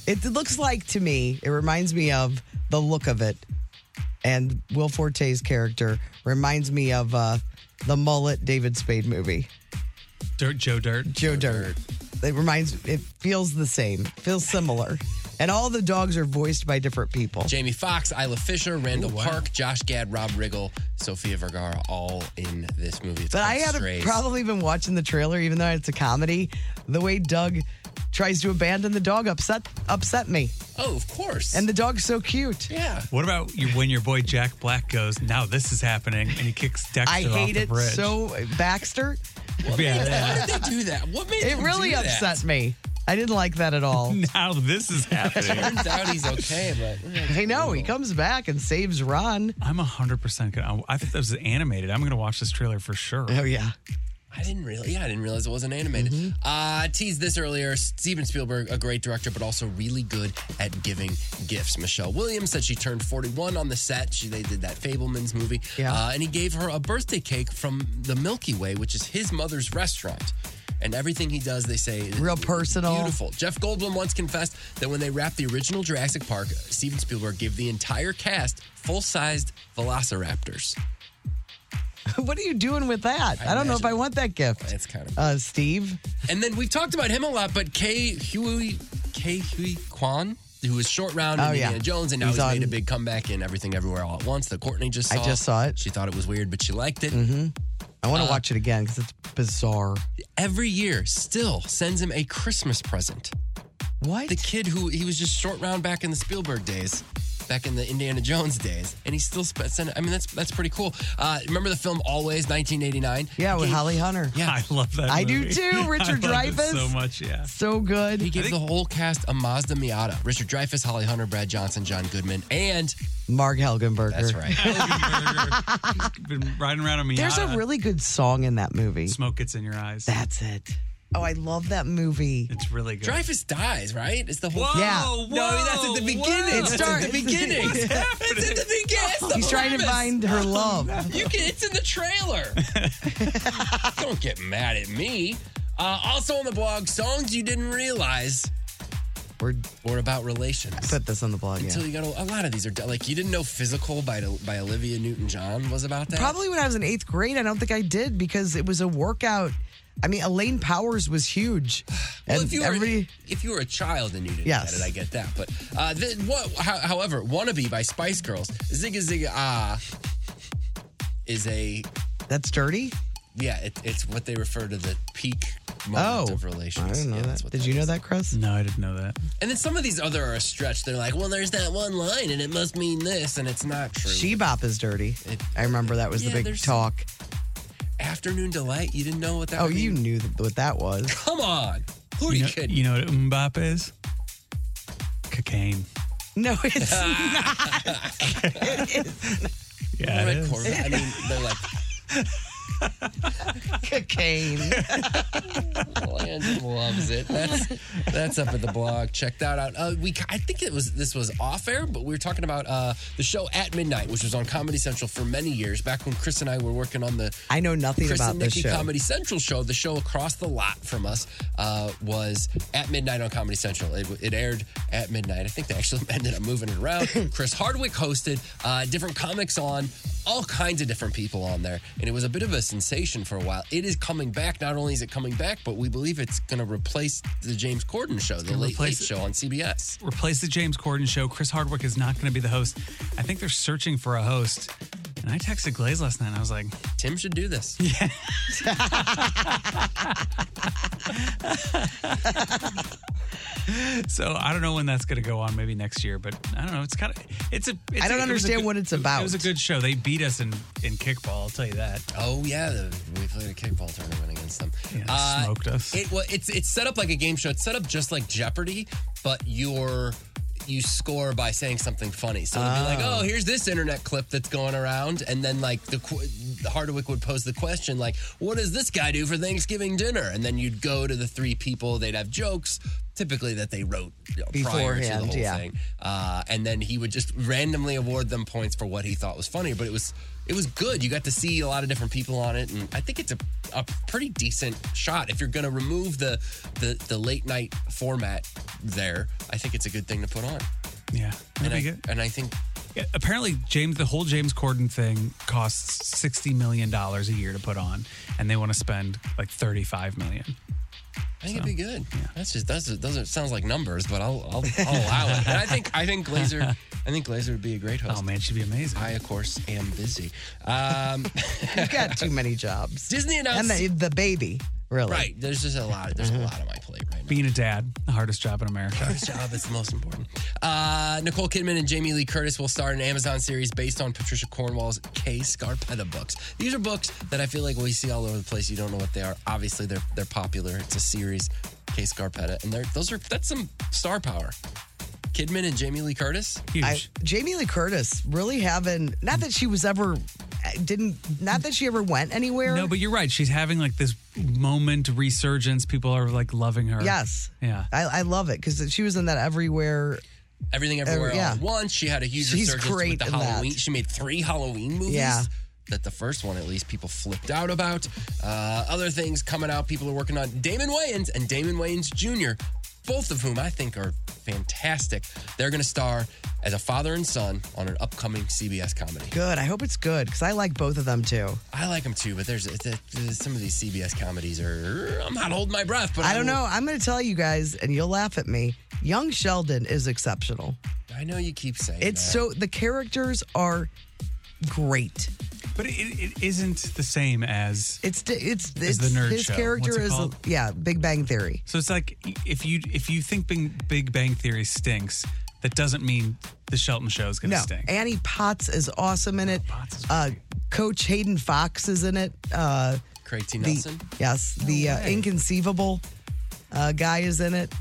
it, looks like to me. It reminds me of the look of it, and Will Forte's character reminds me of uh, the mullet David Spade movie.
Dirt Joe Dirt.
Joe Dirt. It reminds. It feels the same. Feels similar. And all the dogs are voiced by different people.
Jamie Foxx, Isla Fisher, Randall Park, Josh Gad, Rob Riggle, Sofia Vergara, all in this movie. It's
But
called
I haven't
Strays.
probably been watching the trailer, even though it's a comedy. The way Doug tries to abandon the dog upset upset me.
Oh, of course.
And the dog's so cute.
Yeah.
What about you, when your boy Jack Black goes? Now this is happening, and he kicks Dexter
I
off
hate
the
it
bridge.
so Baxter.
What made- [LAUGHS] Yeah.
How did they do that? What made
it
them
really
do that?
upset me. I didn't like
[LAUGHS]
that at all.
now this is happening.
Turns out he's okay, but
I know he comes back and saves Ron.
I'm hundred percent gonna. I thought that was animated. I'm gonna watch this trailer for sure.
Oh yeah.
I didn't really. Yeah, I didn't realize it wasn't animated.
Mm-hmm.
Uh, teased this earlier. Steven Spielberg, a great director, but also really good at giving gifts. Michelle Williams said she turned 41 on the set. She, they did that Fableman's movie.
Yeah.
Uh, and he gave her a birthday cake from the Milky Way, which is his mother's restaurant. And everything he does, they say,
Real personal.
Beautiful. Jeff Goldblum once confessed that when they wrapped the original Jurassic Park, Steven Spielberg gave the entire cast full-sized velociraptors.
[LAUGHS] what are you doing with that? I, don't know if I want that gift.
It's kind of
uh, Steve.
And then we've talked about him a lot, but K. Huey K. Huey Kwan, who was short round in
Oh, yeah.
Indiana Jones, and now
He's
he's, made
on-
a big comeback in Everything Everywhere All at Once. That Courtney just
I
saw.
just saw it.
She thought it was weird, but she liked it.
hmm I want to
Uh,
watch it again because it's bizarre.
Every year, still sends him a Christmas present.
What?
The kid who he was just short round back in the Spielberg days. Back in the Indiana Jones days, and he still sp- sent. I mean, that's that's pretty cool. Uh, remember the film Always, 1989?
Yeah, with
Gave-
Oh, Holly Hunter.
Yeah,
I love that.
I do
movie.
too, Richard
[LAUGHS] I love it
Dreyfuss.
so much. Yeah.
So good.
He gave the whole cast a Mazda Miata. Richard Dreyfuss, Holly Hunter, Brad Johnson, John Goodman, and
Mark Helgenberger.
that's
[LAUGHS]
right.
Been riding around on me.
There's a really good song in that movie.
smoke gets in your eyes.
That's it. Oh, I love that movie.
It's really good.
Dreyfus dies, right? It's the whole
Whoa, Yeah.
No, that's at the beginning.
It
It's
starts-
at the
[LAUGHS]
beginning. [LAUGHS]
What's
it's at the beginning. It's the
He's trying to
premise.
find her love.
You can, it's in the trailer. Don't get mad at me. Uh, also on the blog, songs you didn't realize
We're
were about relations.
put this on the blog.
Until
Yeah.
you got a, a lot of these are like you didn't know "Physical" by by Olivia Newton-John was about that.
Probably when I was in eighth grade, I don't think I did because it was a workout. I mean, Elaine Powers was huge,
Well,
and
if you were
every
if you were a child and you didn't
Yes.
get it, I get that. But uh, the, what, how, however, "Wannabe" by Spice Girls, "Zigga Zigga Ah," is a
that's dirty.
yeah, it, it's what they refer to the peak moment
Oh,
of
I
relations.
didn't know
Yeah, that's
that.
what
Did you know that, Chris?
No, I didn't know that.
And then some of these other are a stretch. They're like, well, there's that one line, and it must mean this, and it's not true.
Shebop is dirty.
It-
I remember that was
Yeah,
the big
there's-
talk.
Afternoon delight. You didn't know what that.
Oh,
mean?
you knew th- what that was.
Come on, [LAUGHS] who are you,
know,
kidding?
you know what Mbop is? Cocaine.
No,
[LAUGHS]
it's not. [LAUGHS]
Yeah, it
Red
is.
Corvette. I mean, they're like
[LAUGHS] Cocaine.
Landon loves it. That's that's up at the blog. Check that out. Uh, we I think it was this was off air, but we were talking about uh, the show at midnight, which was on Comedy Central for many years back when Chris and I were working on the
I know nothing
Chris
about
and
this
Nikki
show.
Comedy Central show. The show across the lot from us uh, was at midnight on Comedy Central. It, it aired at midnight. I think they actually [LAUGHS] ended up moving it around. Chris Hardwick hosted uh, different comics on, all kinds of different people on there, and it was a bit of a sensation for a while. It is coming back. Not only is it coming back, but we believe it's going to replace the James Corden show, the
gonna
late late
replace it.
show on CBS.
Replace the James Corden show. Chris Hardwick is not going to be the host. I think they're searching for a host. And I texted Glaze last night and I was like,
Tim should do this.
[LAUGHS] Yeah. so I don't know when that's going to go on. Maybe next year, but I don't know. It's kind of it's a. It's
I
a- it was
don't
a
understand
good-
what it's
it was-
about.
It was a good show. They beat us in in kickball. I'll tell you that.
Oh yeah, the, we played a kickball tournament against them. Uh,
Yeah, they smoked us.
It, well, it's it's set up like a game show. It's set up just like Jeopardy, but you're you score by saying something funny. So it'd be like,
Ah.
Oh.
oh, here's this internet clip that's going around, and then like the qu- Hardwick would pose the question like, what does this guy do for Thanksgiving dinner? And then you'd go to the three people. They'd have jokes. Typically, that they wrote you know, prior to the
Beforehand,
whole
yeah.
thing, uh, and then he would just randomly award them points for what he thought was funny. But it was it was good. You got to see a lot of different people on it, and I think it's a, a pretty decent shot. If you're going to remove the, the the late night format there, I think it's a good thing to put on.
Yeah,
and
that'd
I,
be good.
and I think
Yeah, apparently, James, the whole James Corden thing costs sixty million dollars a year to put on, and they want to spend like thirty-five million.
I think it'd be good. That's just that's those are, sounds like numbers, but I'll I'll, I'll allow it. And I think I think
[LAUGHS]
Glazer I think Glazer would be a great host.
Oh man, she'd be amazing.
I of course am busy. Um,
[LAUGHS] You've got too many jobs.
Disney
and
announced
the, the baby. Really? Mm-hmm.
Right. There's just a lot. There's a lot on my plate right
Being a dad, the hardest job in America.
Hardest job. It's the most important. Uh, Nicole Kidman and Jamie Lee Curtis will star in an Amazon series based on Patricia Cornwall's K. Scarpetta books. These are books that I feel like we see all over the place. You don't know what they are. Obviously, they're they're popular. It's a series, K. Scarpetta, and they're those are that's some star power. Kidman and Jamie Lee Curtis.
I, Jamie Lee Curtis really having not that she was ever didn't not that she ever went anywhere.
No, but you're right. She's having like this moment resurgence. People are like loving her.
Yes.
Yeah.
I, I love it because she was in that everywhere.
Everything Everywhere
Every- yeah.
All at Once. She had a huge
She's
resurgence
great
with the
in that.
Halloween. She made three Halloween movies.
Yeah.
That the first one, at least, people flipped out about. Uh, other things coming out, people are working on Damon Wayans and Damon Wayans Jr., both of whom I think are fantastic. They're going to star as a father and son on an upcoming CBS comedy.
Good. I hope it's good because I like both of them too.
I like them too, but there's, it's a- there's some of these CBS comedies are. I'm not holding my breath, but
I don't
will-
know. I'm going to tell you guys, and you'll laugh at me. Young Sheldon is exceptional.
I know you keep saying
It's
that.
so the characters are great.
But it, it isn't the same as
it's it's,
as the nerd
his
show.
character
What's it
is
called?
yeah, Big Bang Theory.
So it's like if you if you think Big, Big Bang Theory stinks, that doesn't mean the Shelton Show is going to
No,
stink.
Annie Potts is awesome in it. uh, Coach Hayden Fox is in it. Uh,
Craig T.
the-
Nelson?
yes, the uh,
way.
inconceivable uh, guy is in it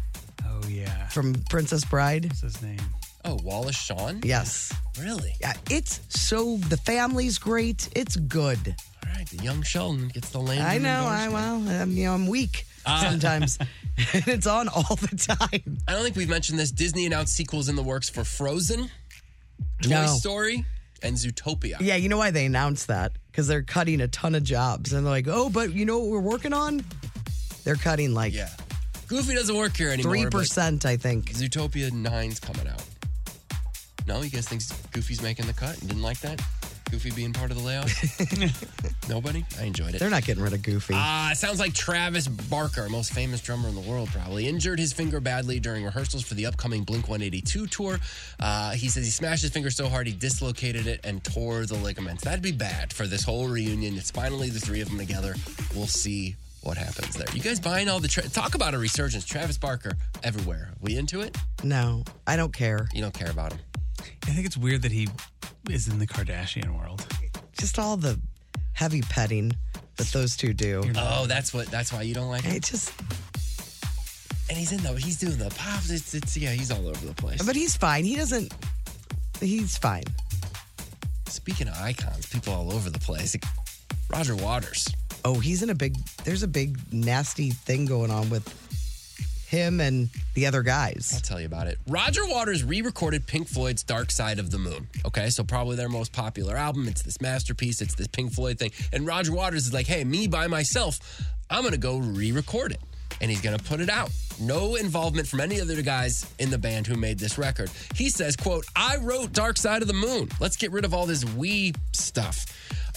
Oh yeah.
from Princess Bride. What's
his name?
Oh, Wallace Shawn?
Yes.
Really?
Yeah, it's so the family's great. It's good.
All right, the young Sheldon gets the land.
I know. I [LAUGHS] well, I'm, you know, I'm weak
Ah. [LAUGHS]
sometimes. it's on all the time.
I don't think we've mentioned this. Disney announced sequels in the works for Frozen, Toy
No.
Story, and Zootopia.
Yeah, you know why they announced that? Because they're cutting a ton of jobs, and they're like, "Oh, but you know what we're working on? They're cutting like
Yeah. Goofy doesn't work here anymore.
three percent, I think."
but Zootopia 9's coming out. No, you guys think Goofy's making the cut? You didn't like that? Goofy being part of the
[LAUGHS]
layout? Nobody? I enjoyed it.
They're not getting rid of Goofy.
Ah, it sounds like Travis Barker, most famous drummer in the world, probably injured his finger badly during rehearsals for the upcoming Blink 182 tour. Uh, he says he smashed his finger so hard he dislocated it and tore the ligaments. That'd be bad for this whole reunion. It's finally the three of them together. We'll see what happens there. You guys buying all the tra- talk about a resurgence? Travis Barker everywhere. We into it?
no, I don't care.
You don't care about him.
I think it's weird that he is in the Kardashian world.
Just all the heavy petting that those two do.
Oh, that's what. That's why you don't like him.
It just.
And he's in the. He's doing the pop. It's, it's yeah. He's all over the place.
Oh, But he's fine. He doesn't. He's fine.
Speaking of icons, people all over the place. Roger Waters.
Oh, he's in a big. There's a big nasty thing going on with him and the other guys. I'll
tell you about it. Roger Waters re recorded Pink Floyd's Dark Side of the Moon. Okay, so probably their most popular album. It's this masterpiece, it's this Pink Floyd thing. And Roger Waters is like, hey, me by myself, I'm gonna go re record it. And he's gonna put it out. No involvement from any other guys in the band who made this record. He says, quote, I wrote Dark Side of the Moon. Let's get rid of all this we stuff.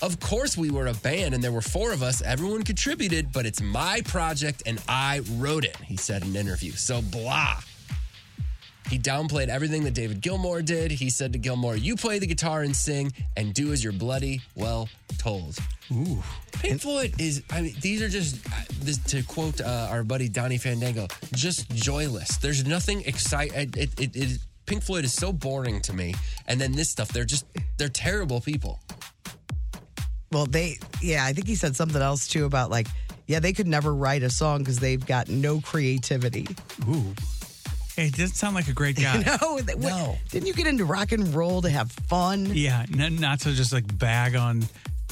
Of course we were a band and there were four of us. Everyone contributed, but it's my project and I wrote it, he said in an interview. So blah. He downplayed everything that David Gilmour did. He said to Gilmour, You play the guitar and sing and do as you're bloody well told.
Ooh.
Pink Floyd is, I mean, these are just, uh, this, to quote uh, our buddy Donnie Fandango, just joyless. There's nothing exciting. It, it, it, Pink Floyd is so boring to me. And then this stuff, they're just, they're terrible people.
Well, they, yeah, I think he said something else too about like, yeah, they could never write a song because they've got no creativity.
Ooh. Hey, it doesn't sound like a
[LAUGHS]
great guy.
no, th- what- didn't you get into rock and roll to have fun?
Yeah, n- not to just like bag on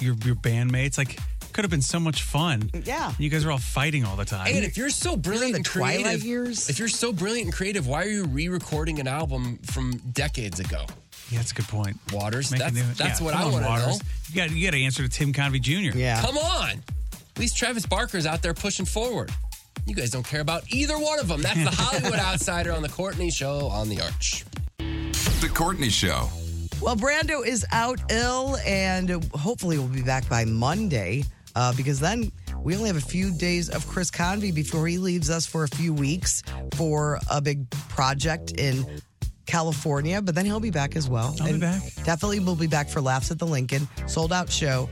your your bandmates. Like, could have been so much fun.
Yeah.
You guys are all fighting all the time.
And if you're so brilliant and
twilight
creative, if you're so brilliant and creative, why are you re-recording an album from decades ago?
yeah, that's a good point.
Waters,
Make a
that's,
new-
that's
yeah,
what
come
I
on,
want to know.
Waters. You got you got to answer to Tim Convey Jr.
Come on. At least Travis Barker's out there pushing forward. You guys don't care about either one of them. That's
[LAUGHS]
the Hollywood outsider on the Courtney Show on the Arch.
The Courtney Show.
Well, Brando is out ill, and hopefully we'll be back by Monday uh, because then we only have a few days of Chris Convey before he leaves us for a few weeks for a big project in California. But then he'll be back as well. I'll
be back.
Definitely will be back for Laughs at the Lincoln, sold out show.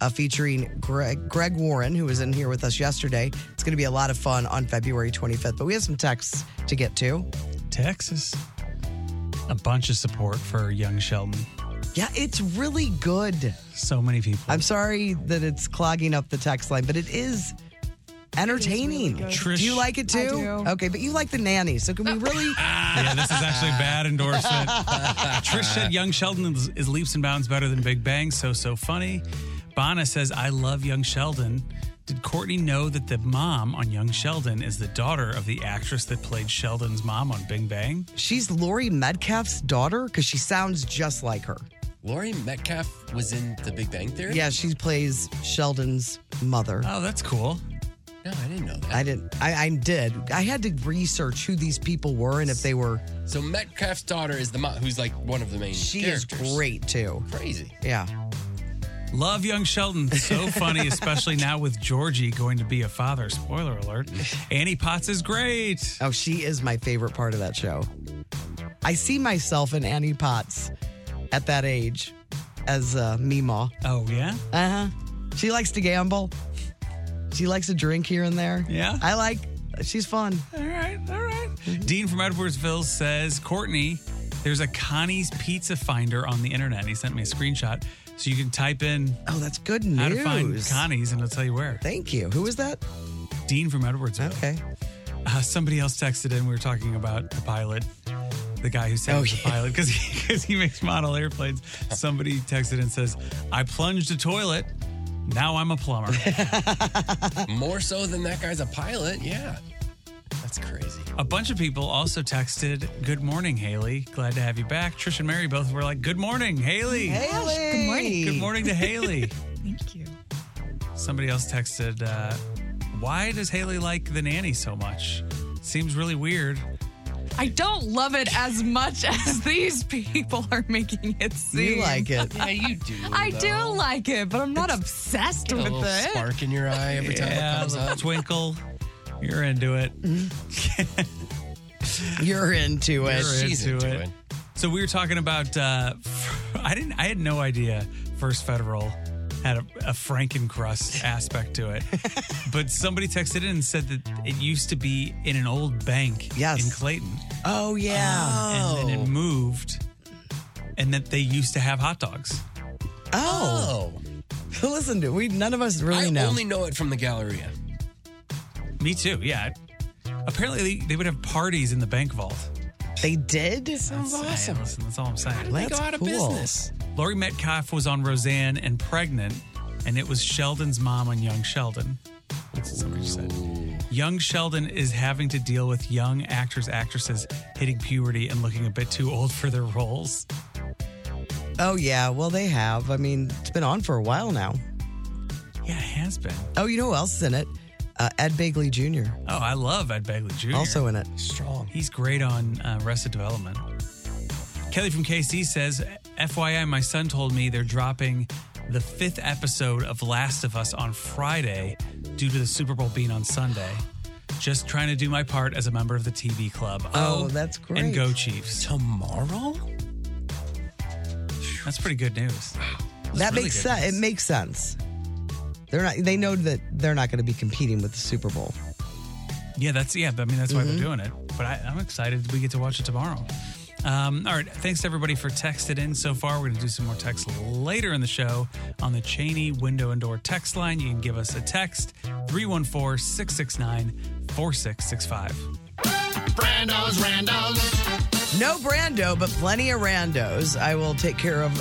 Uh, featuring Greg, Greg Warren, who was in here with us yesterday. It's going to be a lot of fun on February 25th, but we have some texts to get to.
Texas. A bunch of support for young Sheldon.
Yeah, it's really good.
So many people.
I'm sorry that it's clogging up the text line, but it is entertaining.
good. Trish-
do you like it too?
I do. Oh.
Okay, but you like the nanny, so can we
[LAUGHS]
really?
Ah.
yeah, this is actually a bad
[LAUGHS]
endorsement. Trish said Young Sheldon is, is leaps and bounds better than Big Bang. So, so funny. Bonna says, I love Young Sheldon. Did Courtney know that the mom on Young Sheldon is the daughter of the actress that played Sheldon's mom on Big Bang?
She's Lori Metcalf's daughter because she sounds just like her.
Lori Metcalf was in The Big Bang Theory?
Yeah, she plays Sheldon's mother.
Oh, that's cool.
No, I didn't know that.
I didn't. I, I did. I had to research who these people were and if they were.
So Metcalf's daughter is the mom, who's like one of the main
She
characters.
is great too.
Crazy.
Yeah.
Love Young Sheldon.
[LAUGHS]
So funny, especially now with Georgie going to be a father. Spoiler alert. Annie Potts is great.
Oh, she is my favorite part of that show. I see myself in Annie Potts at that age as uh, Mima.
Oh, yeah?
Uh huh. She likes to gamble. She likes to drink here and there.
Yeah?
I like, she's fun.
[LAUGHS] All right, all right.
Mm-hmm.
Dean from Edwardsville says, Courtney, there's a Connie's Pizza Finder on the internet. And he sent me a screenshot. So you can type in
Oh, that's good
how to find
news.
Connie's and it'll tell you where.
Thank you. Who is that?
Dean from Edwardsville.
Okay.
Uh, somebody else texted in. We were talking about the pilot, the guy who sang
Oh,
the pilot because he, [LAUGHS] 'cause he makes model airplanes. Somebody texted and says, I plunged a toilet. Now I'm a
[LAUGHS]
plumber.
Uh,
More so than that guy's a pilot. Yeah. That's crazy.
A bunch of people also texted, Good morning, Haley. Glad to have you back. Trish and Mary both were like, Good morning, Haley.
Haley. Good morning.
Good morning to
[LAUGHS]
Haley.
Thank you.
Somebody else texted, uh, Why does Haley like the nanny so much? Seems really weird.
I don't love it as much [LAUGHS] as these people are making it seem.
You like it.
Yeah, you do.
I do like it, but I'm not obsessed
Get a
with
little
it.
spark in your eye every time
Yeah,
it comes
a little
up.
twinkle. You're into it.
Mm-hmm.
[LAUGHS] Oh,
You're into it.
You're into it. So we were talking about. Uh, [LAUGHS] I didn't. I had no idea. First Federal had a, a Frankencrust aspect
[LAUGHS]
to it, but somebody texted in and said that it used to be in an old bank in Clayton,
Oh, yeah.
and then it moved, and that they used to have hot dogs.
oh. [LAUGHS] Listen to we. None of us really
I
know.
only know it from the Galleria.
Me too. Yeah. Apparently, they, they would have parties in the bank vault.
they did.
Sounds awesome. Listen, that's all I'm saying.
How did they go That's out of cool. business?
Lori Metcalf was on Roseanne and pregnant, and it was Sheldon's mom on Young Sheldon. That's what somebody said. Young Sheldon is having to deal with young actors, actresses hitting puberty and looking a bit too old for their roles.
Oh, yeah. Well, they have. I mean, it's been on for a while now.
Yeah, it has been.
Oh, you know who else is in it? Uh, Ed Begley Jr.
Oh, I love Ed Begley Jr.
Also in it.
Strong. He's great on uh, Arrested Development. Kelly from KC says, FYI, my son told me they're dropping the fifth episode of Last of Us on Friday due to the Super Bowl being on Sunday. Just trying to do my part as a member of the TV club.
Oh, that's great.
And go Chiefs. Tomorrow? That's pretty good news.
That
really
makes
good
sense. It makes sense. They're not. They know that they're not going to be competing with the Super Bowl.
Yeah, that's yeah. but I mean, that's why
Mhm.
they're doing it. But I, I'm excited we get to watch it tomorrow. Um, all right, thanks to everybody for texted in so far. We're going to do some more texts later in the show on the Cheney Window and Door text line. You can give us a text 314 669 4665.
Brando's Randos.
No Brando, but plenty of randos. I will take care of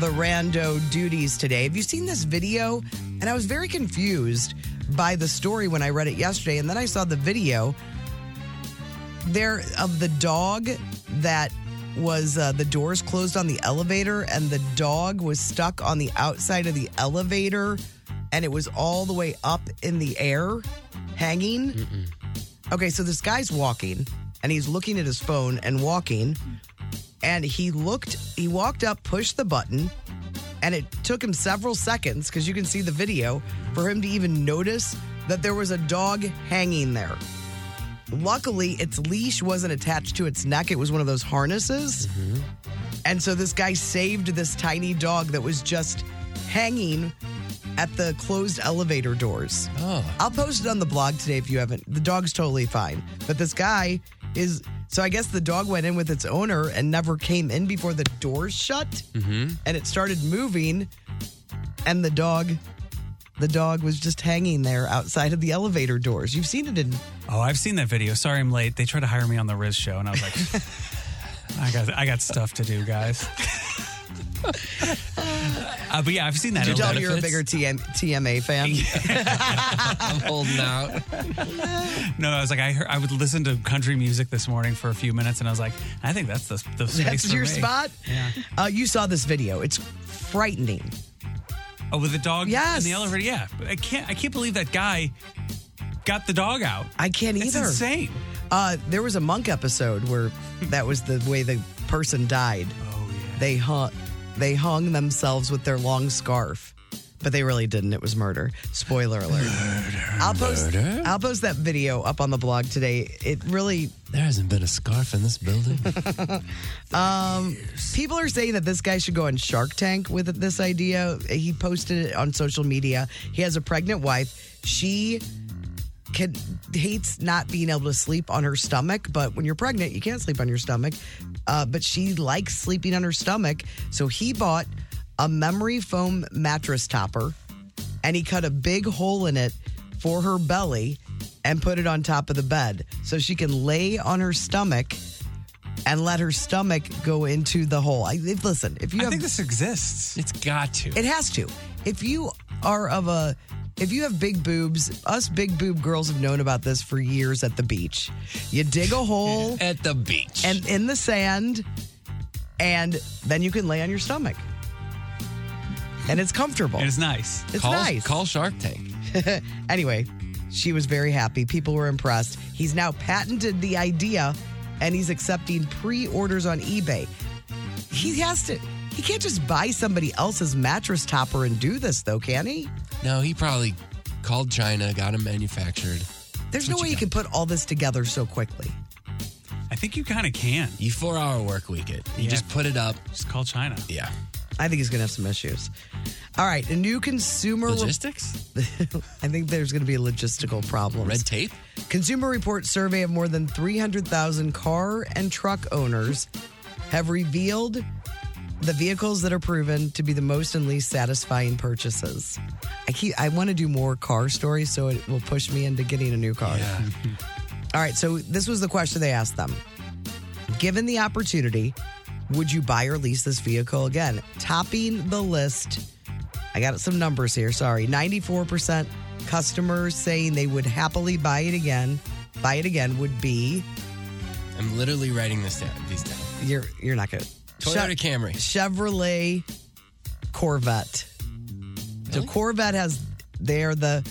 the rando duties today. Have you seen this video? And I was very confused by the story when I read it yesterday, and then I saw the video there of the dog that was uh, the doors closed on the elevator, and the dog was stuck on the outside of the elevator, and it was all the way up in the air, hanging. Okay, so this guy's walking and he's looking at his phone and walking. And he looked, he walked up, pushed the button, and it took him several seconds because you can see the video for him to even notice that there was a dog hanging there. Luckily, its leash wasn't attached to its neck, it was one of those harnesses. And so this guy saved this tiny dog that was just hanging at the closed elevator doors. I'll post it on the blog today if you haven't. The dog's totally fine. But this guy is so I guess the dog went in with its owner and never came in before the doors shut
Mm-hmm.
and it started moving and the dog the dog was just hanging there outside of the elevator doors. You've seen it in
Oh, I've seen that video. Sorry I'm late. They tried to hire me on the Riz show, and I was like, [LAUGHS] I got I got stuff to do, guys. [LAUGHS] uh, but yeah, I've seen that.
Did you
It
tell me you're a
benefits.
bigger TM,
[LAUGHS]
TMA fan?
I'm holding out. No, I was like, I heard, I would listen to country music this morning for a few minutes, and I was like, I think that's the the space
[LAUGHS] That's
for
your
me.
spot?
Yeah.
Uh, you saw this video. It's frightening.
Oh, with the dog
Yes.
in the elevator. Yeah, But I can't I can't believe that guy got the dog out.
I can't either.
It's insane.
Uh, there was a monk episode where that was the way the person died.
Oh yeah.
They hung, they hung themselves with their long scarf, but they really didn't. It was murder. Spoiler alert. I'll post.
murder?
I'll post that video up on the blog today. It really.
There hasn't been a scarf in this building.
[LAUGHS] Um, people are saying that this guy should go on Shark Tank with this idea. He posted it on social media. He has a pregnant wife. She can hates not being able to sleep on her stomach, but when you're pregnant, you can't sleep on your stomach. Uh, but she likes sleeping on her stomach, so he bought a memory foam mattress topper, and he cut a big hole in it for her belly and put it on top of the bed so she can lay on her stomach and let her stomach go into the hole. I, if, listen, if you
I
have
think this exists. It's got to.
it has to. If you are of a, if you have big boobs, us big boob girls have known about this for years at the beach. You dig a hole
at the beach
and in the sand, and then you can lay on your stomach. And it's comfortable.
And it's nice.
It's
call,
nice.
Call Shark Tank.
[LAUGHS] anyway, she was very happy. People were impressed. He's now patented the idea and he's accepting pre orders on eBay. He has to, he can't just buy somebody else's mattress topper and do this though, can he?
No, he probably called China, got him manufactured.
There's no way you can put all this together so quickly.
I think you kind of can.
You four hour work week it. You
Yeah.
just put it up.
Just call China.
Yeah.
I think he's going to have some issues. All right, a new consumer
logistics.
[LAUGHS] I think there's going to be logistical problems.
Red tape.
Consumer Report survey of more than 300,000 car and truck owners have revealed the vehicles that are proven to be the most and least satisfying purchases. I keep I want to do more car stories so it will push me into getting a new car. All right, so this was the question they asked them. Given the opportunity, would you buy or lease this vehicle again? Topping the list, I got some numbers here. Sorry. 94% customers saying they would happily buy it again. Buy it again would be
I'm literally writing this down. These down.
You're you're not good.
Toyota Camry.
Chevrolet Corvette. So Corvette has they're the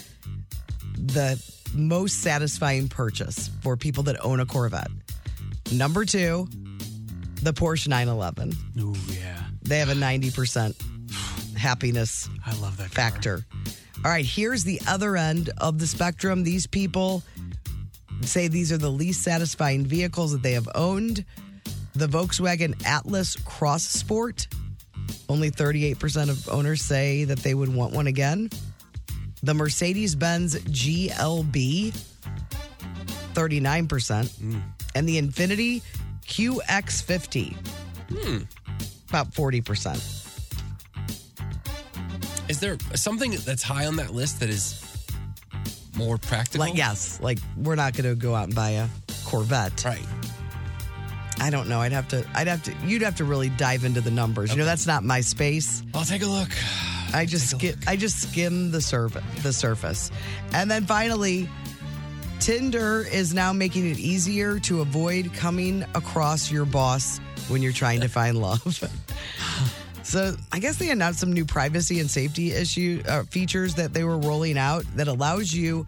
the most satisfying purchase for people that own a Corvette. Number 2, the Porsche 911.
Ooh, yeah.
They have a 90% happiness
I love that
factor. All right, here's the other end of the spectrum. These people say these are the least satisfying vehicles that they have owned. The Volkswagen Atlas Cross Sport, only 38% of owners say that they would want one again. The Mercedes Benz GLB, 39%.
Mm.
And the Infinity QX50,
Hmm.
about 40%.
Is there something that's high on that list that is more practical?
Like, yes, like we're not going to go out and buy a Corvette.
Right.
I don't know. I'd have to, I'd have to, you'd have to really dive into the numbers. You know, that's not my space.
I'll take a look.
I just skim, I just skim the surface, the surface. And then finally, Tinder is now making it easier to avoid coming across your boss when you're trying to find love. [LAUGHS] So I guess they announced some new privacy and safety issue uh, features that they were rolling out that allows you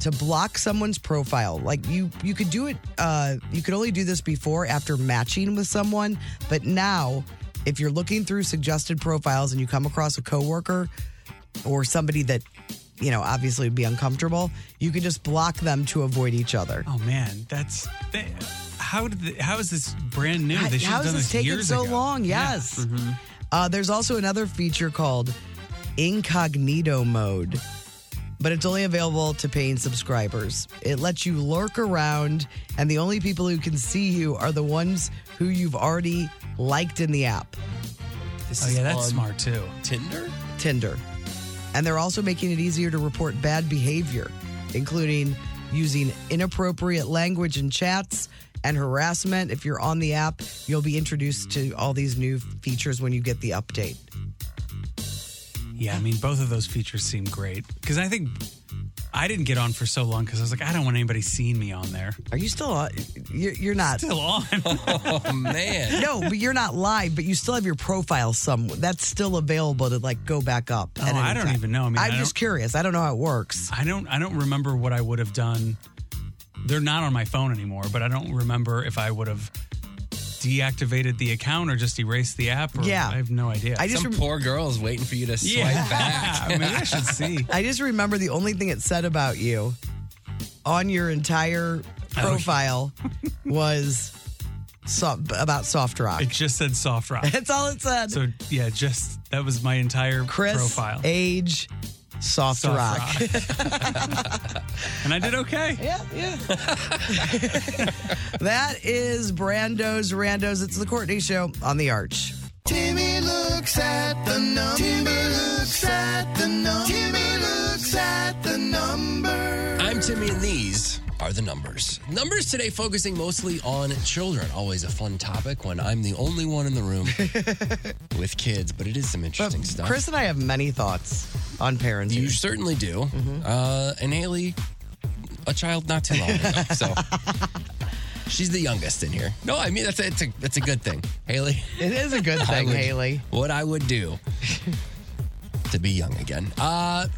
to block someone's profile. Like you, you could do it. Uh, you could only do this before after matching with someone, but now, if you're looking through suggested profiles and you come across a coworker or somebody that you know obviously would be uncomfortable, you can just block them to avoid each other.
Oh man, that's they, how did the, how is this brand new?
How-
They should
how
have
is
done
this
this
taking
years
so
ago.
long?
Yeah.
Yes.
Mhm.
Uh, there's also another feature called incognito mode, but it's only available to paying subscribers. It lets you lurk around, and the only people who can see you are the ones who you've already liked in the app.
This
Oh yeah, that's smart too.
Tinder?
Tinder. And they're also making it easier to report bad behavior, including using inappropriate language in chats and harassment. If you're on the app, you'll be introduced to all these new features when you get the update.
Yeah, I mean both of those features seem great because I think I didn't get on for so long because I was like I don't want anybody seeing me on there.
Are you still on? You're, you're not
still
[LAUGHS]
on. oh
man.
[LAUGHS] No, but you're not live, but you still have your profile somewhere. That's still available to like go back up.
Oh,
at any
I don't
time.
even know. I mean,
I'm
I
just
don't-
curious. I don't know how it works.
I don't I don't remember what I would have done. They're not on my phone anymore, but I don't remember if I would have deactivated the account or just erased the app. Or,
Yeah.
I have no idea.
I just
Some
rem-
poor girl is waiting for you to swipe
Yeah.
back.
Maybe [LAUGHS] [LAUGHS] I should see.
[LAUGHS] I just remember the only thing it said about you on your entire
Oh. [LAUGHS]
profile was so- about soft rock.
It just said soft rock.
That's all it said.
So yeah, just that was my entire
Chris,
profile.
age, soft,
Soft
rock. [LAUGHS]
and I did okay.
Yeah, yeah. that is Brando's Randos. It's the Courtney Show on the Arch.
Timmy looks at the number. Timmy looks at the number. Timmy looks at the number.
I'm Timmy, and these are the numbers. Numbers today focusing mostly on children. Always a fun topic when I'm the only one in the room with kids, but it is some interesting stuff.
Chris and I have many thoughts on parenting. Mm-hmm.
you certainly do. Uh, and Haley, a child not too long ago.
[LAUGHS]
So she's the youngest in here. No, I mean, that's a, it's, a, it's a good thing. Haley.
It is a good
[LAUGHS] I
thing,
would-
Haley.
What I would do to be young again. Uh,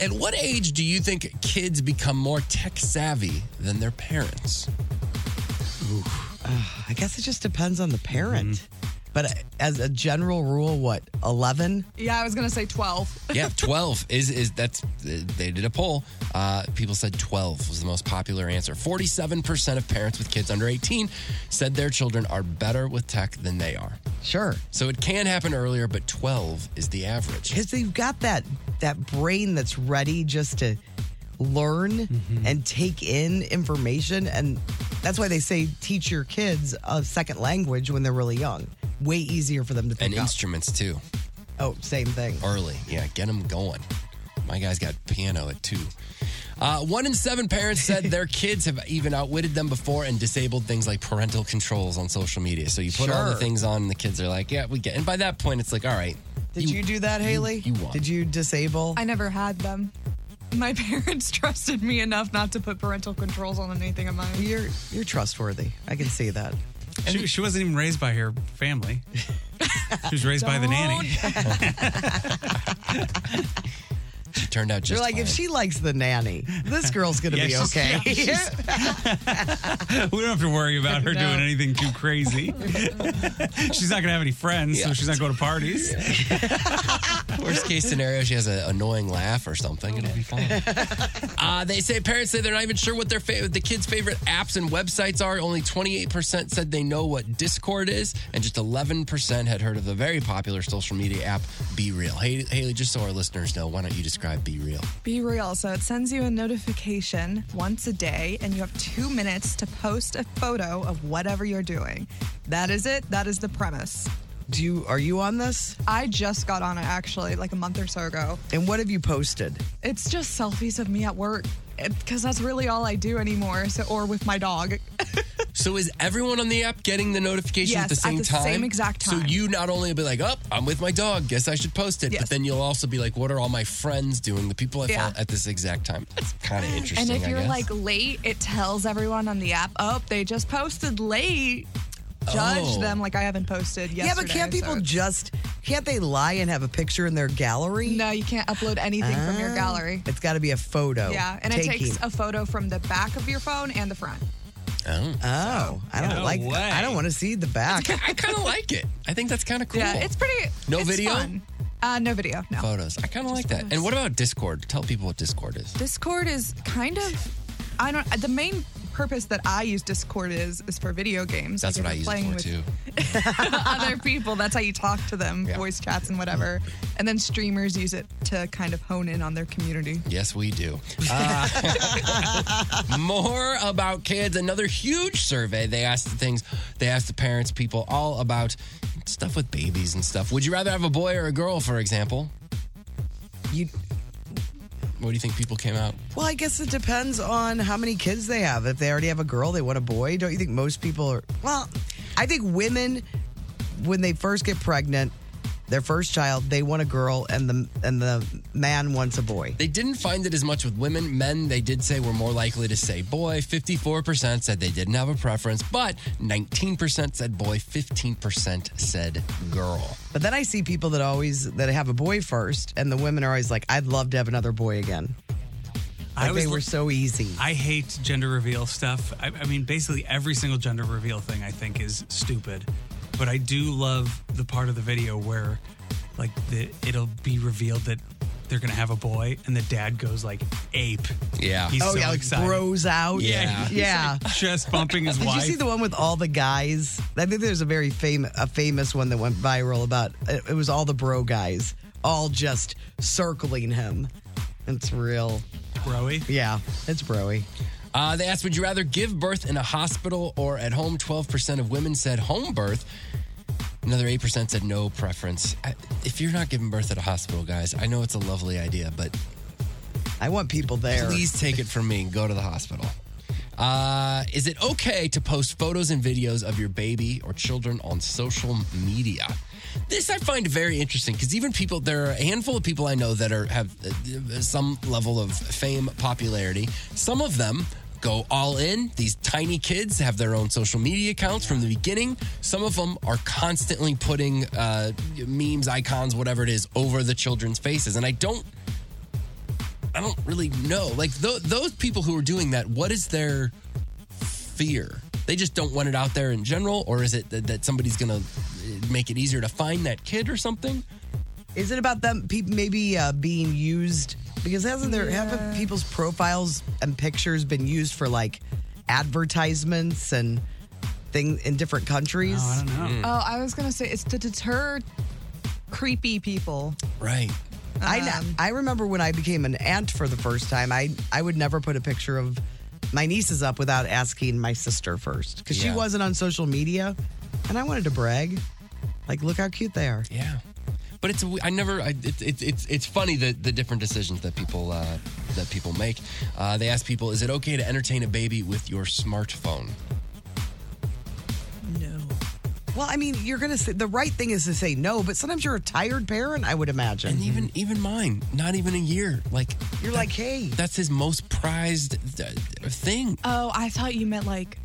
at what age do you think kids become more tech savvy than their parents?
I guess it just depends on the parent.
Mm-hmm.
But uh, as a general rule, what, 11?
Yeah, I was gonna say 12.
yeah, twelve is is that's they did a poll. Uh, people said twelve was the most popular answer. Forty-seven percent of parents with kids under eighteen said their children are better with tech than they are.
Sure.
So it can happen earlier, but twelve is the average.
Because they've got that, that brain that's ready just to learn
Mm-hmm.
and take in information. And that's why they say teach your kids a second language when they're really young. Way easier for them to pick
And
up.
instruments too,
oh, same thing.
early. Yeah, get them going. My guy's got piano at two. Uh, one in seven parents
[LAUGHS]
said their kids have even outwitted them before and disabled things like parental controls on social media. So you put all the
Sure.
things on, and the kids are like, "Yeah, we get." And by that point, it's like, "All right,
Did you, do that, Haley? You, Did you disable?
I never had them. My [LAUGHS] parents trusted me enough not to put parental controls on anything of mine.
You're you're trustworthy. I can see that.
She, she wasn't even raised by her family. She was raised by the nanny.
She turned out
You're
just
like, if
fine.
she likes the nanny, this girl's gonna
[LAUGHS]
Yeah,
be
she's-
okay.
yeah, she's- [LAUGHS] we don't have to worry about her
No.
doing anything too
[LAUGHS]
crazy. she's not going to have any friends, so
Yeah.
she's not going to parties.
Worst case scenario, she has an annoying laugh or something. It'll be fine. uh, they say parents say they're not even sure what their fa- the kids' favorite apps and websites are. Only 28% said they know what Discord is, and just 11% had heard of the very popular social media app Be Real. Hey, Haley, just so our listeners know, why don't you describe Be
[LAUGHS]
Real?
Be real. So it sends you a notification once a day, and you have two minutes to post a photo of whatever you're doing. That is it. That is the premise.
Do you are you on this?
I just got on it actually, like a month or so ago.
And what have you posted?
It's just selfies of me at work because that's really all I do anymore. So, or with my dog. [LAUGHS]
So is everyone on the app getting the notification
Yes,
at the
at
same
the
time?
same exact
So
time.
you not only will be like, oh, I'm with my dog. Guess I should post it. But then you'll also be like, what are all my friends doing? The people I
Yeah.
follow at this exact time. That's kind of
And
interesting.
if
I
you're
guess.
like late, it tells everyone on the app, "Oh, they just posted late." Judge
Oh.
them like I haven't posted
[LAUGHS]
yesterday.
yeah, but can't people
so-
just can't they lie and have a picture in their gallery?
No, you can't upload anything from your
Ah,
gallery.
It's got to be a
Oh,
photo.
yeah, and it takes a photo from the back of your phone and the front.
oh,
I don't
No
like.
way.
I don't want to see the back.
[LAUGHS] I kind of like it. I think that's kind of cool.
Yeah, it's pretty.
No
it's
video?
fun. Uh, no video. No.
photos. I kind of like that. And what about Discord? Tell people what Discord is.
Discord is kind of. I don't. The main purpose that I use Discord is is for video games.
That's
because
what I
you're
use it
playing
for
with
too.
[LAUGHS] other people. That's how you talk to them, voice chats and whatever. And then streamers use it to kind of hone in on their community.
Yes, we do. Uh, [LAUGHS] more about kids. Another huge survey. They asked the things. They asked the parents, people, all about stuff with babies and stuff. Would you rather have a boy or a girl, for example?
You.
What do you think people came out?
Well, I guess it depends on how many kids they have. If they already have a girl, they want a boy. Don't you think most people are? Well, I think women, when they first get pregnant, their first child, they want a girl, and the and the man wants a boy.
They didn't find it as much with women. Men, they did say, were more likely to say boy. 54% said they didn't have a preference, but 19% said boy, 15% said girl.
But then I see people that always that have a boy first, and the women are always like, "I'd love to have another boy again." Like they
was-
were so easy.
I hate gender reveal stuff. I, I mean, basically every single gender reveal thing I think is stupid, but I do love the part of the video where, like, the, it'll be revealed that they're gonna have a boy, and the dad goes like ape.
Yeah.
He's
oh
so
yeah, like
excited.
bros out.
Yeah.
yeah.
Just bumping his
[LAUGHS] Did
wife.
you see the one with all the guys? I think there's a very famous a famous one that went viral about it it was all the bro guys all just circling him. It's real
broy.
Yeah, it's broy.
Uh, they asked, would you rather give birth in a hospital or at home? 12% of women said home birth. Another 8% said no preference. I, if you're not giving birth at a hospital, guys, I know it's a lovely idea, but.
I want people there.
Please take it from me and go to the hospital. Uh, is it okay to post photos and videos of your baby or children on social media? This I find very interesting because even people, there are a handful of people I know that are have uh, some level of fame, popularity. Some of them go all in. These tiny kids have their own social media accounts from the beginning. Some of them are constantly putting uh, memes, icons, whatever it is, over the children's faces, and I don't I don't really know. Like th- those people who are doing that, what is their fear? They just don't want it out there in general, or is it that, that somebody's going to make it easier to find that kid or something?
Is it about them pe- maybe uh, being used? Because hasn't there haven't people's profiles and pictures been used for like advertisements and things in different countries?
I
Hmm.
don't
Oh, I was gonna say it's to deter creepy people.
Right.
I
Um,
kn- I remember when I became an aunt for the first time. I I would never put a picture of my nieces up without asking my sister first because
Yeah.
she wasn't on social media, and I wanted to brag, like look how cute they are.
Yeah. But it's I never I, it, it, it's it's funny the the different decisions that people uh, that people make. Uh, they ask people, is it okay to entertain a baby with your smartphone?
Well, I mean, you're gonna say the right thing is to say no, but sometimes you're a tired parent, I would imagine. And
even even mine, not even a year. Like
you're like, hey,
that's his most prized uh, thing.
Oh, I thought you meant like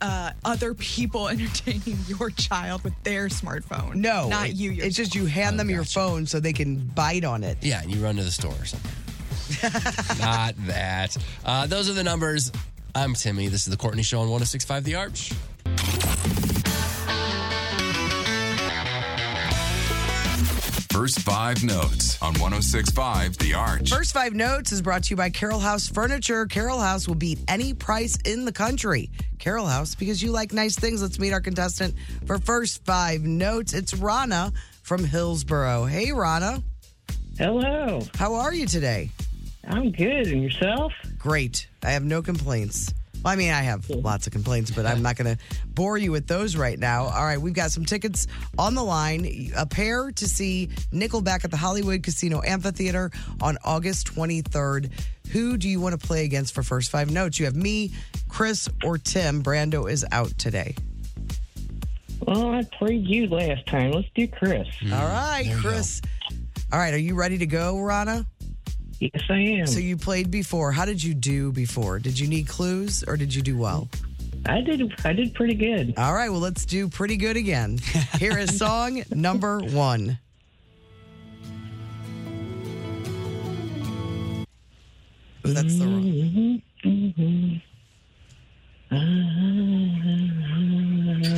uh, other people [LAUGHS] entertaining your child with their smartphone.
No,
not
it-
you. Your [LAUGHS]
It's just you hand them your phone so they can bite on it.
Oh, Yeah, and you run to the store or something. Not that. Uh, those are the numbers. I'm Timmy. This is the Courtney Show on 1065 The Arch.
First five notes on 1065 The Arch.
First Five Notes is brought to you by Carroll House Furniture. Carroll House will beat any price in the country. Carroll House, because you like nice things, let's meet our contestant for First Five Notes. It's Rana from Hillsboro. Hey, Rana. Hello. How are you today? I'm good. And yourself? Great. I have no complaints. Well, I mean, I have lots of complaints, but I'm
[LAUGHS]
not going to bore you with those right now. All right, we've got some tickets on the line. A pair to see Nickelback at the Hollywood Casino Amphitheater on August 23rd. Who do you want to play against for first five notes? You have me, Chris, or Tim. Brando is out today.
Well, I played you last time. Let's do Chris.
All right, Chris. All right, are you ready to go, Rana? Yes, I am. So you played before. How did you do before? Did you need clues or did you do well? I did I did pretty good. All right, well let's do pretty good again. Here [LAUGHS] is song number 1. Oh, that's the wrong.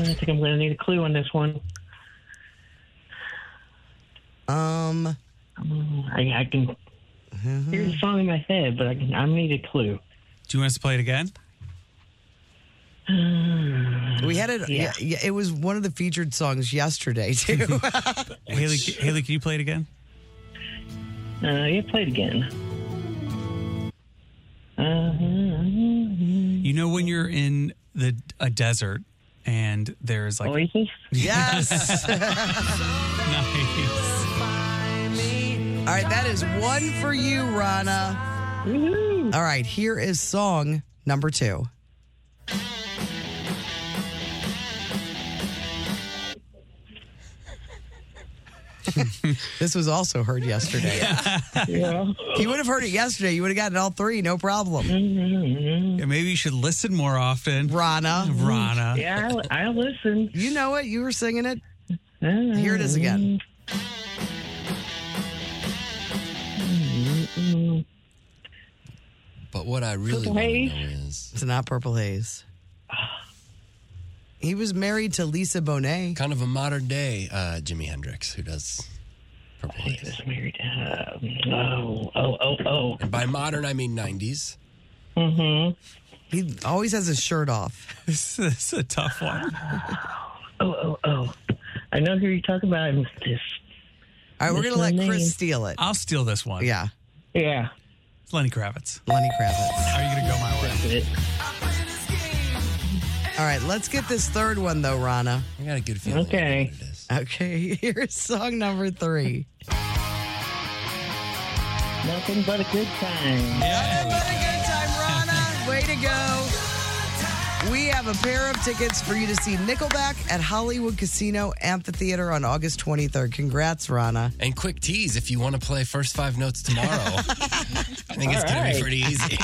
I think I'm going to need a clue on this one.
Um, Mm-hmm.
I, I can hear the song in my head, but I, can, I need a clue.
Do you want us to play it again?
We had it yeah. yeah, it was one of the featured songs yesterday [LAUGHS] too.
[LAUGHS] Haley, Haley, can you play it again?
Uh, yeah, play it again.
You know when you're in the a desert and there's like
Oasis.
Yes.
[LAUGHS] nice.
All right, that is one for you, Rana. All right, here is song number two. [LAUGHS] this was also heard yesterday.
Yeah.
You would have heard it yesterday. You would have gotten all three, no problem.
Yeah, maybe you should listen more often.
Rana.
Rana.
Yeah, I, Uh, I listen.
You know it. You were singing it. Here it is again.
Mm-hmm. But what I really
Purple
want to
Haze?
know is
It's not Purple Haze. He was married to Lisa Bonet.
kind of a modern day uh, Jimi Hendrix who does Purple Haze.
oh, oh, oh, oh.
And by modern, I mean 90s.
Mm-hmm.
He always has his shirt off.
[LAUGHS]
this is a tough one.
Oh, oh, oh. [LAUGHS] I know who you're talking about. I'm just.
All right, we're
What's
going to let
her name?
Chris steal it.
I'll steal this one.
Yeah.
Yeah.
It's Lenny Kravitz.
Lenny Kravitz.
Are you going to go my
way?
All right, let's get this third one, though, Rana.
I got a good feeling.
Okay.
Okay, [LAUGHS] here's song number three.
Nothing but a good time.
Nothing but a good time, Rana. Way to go. We have a pair of tickets for you to see Nickelback at Hollywood Casino Amphitheater on August 23rd.
[LAUGHS]
Congrats, Rana.
And quick tease if you want to play first five notes
[LAUGHS]
tomorrow, I think it's going to be
right.
pretty easy.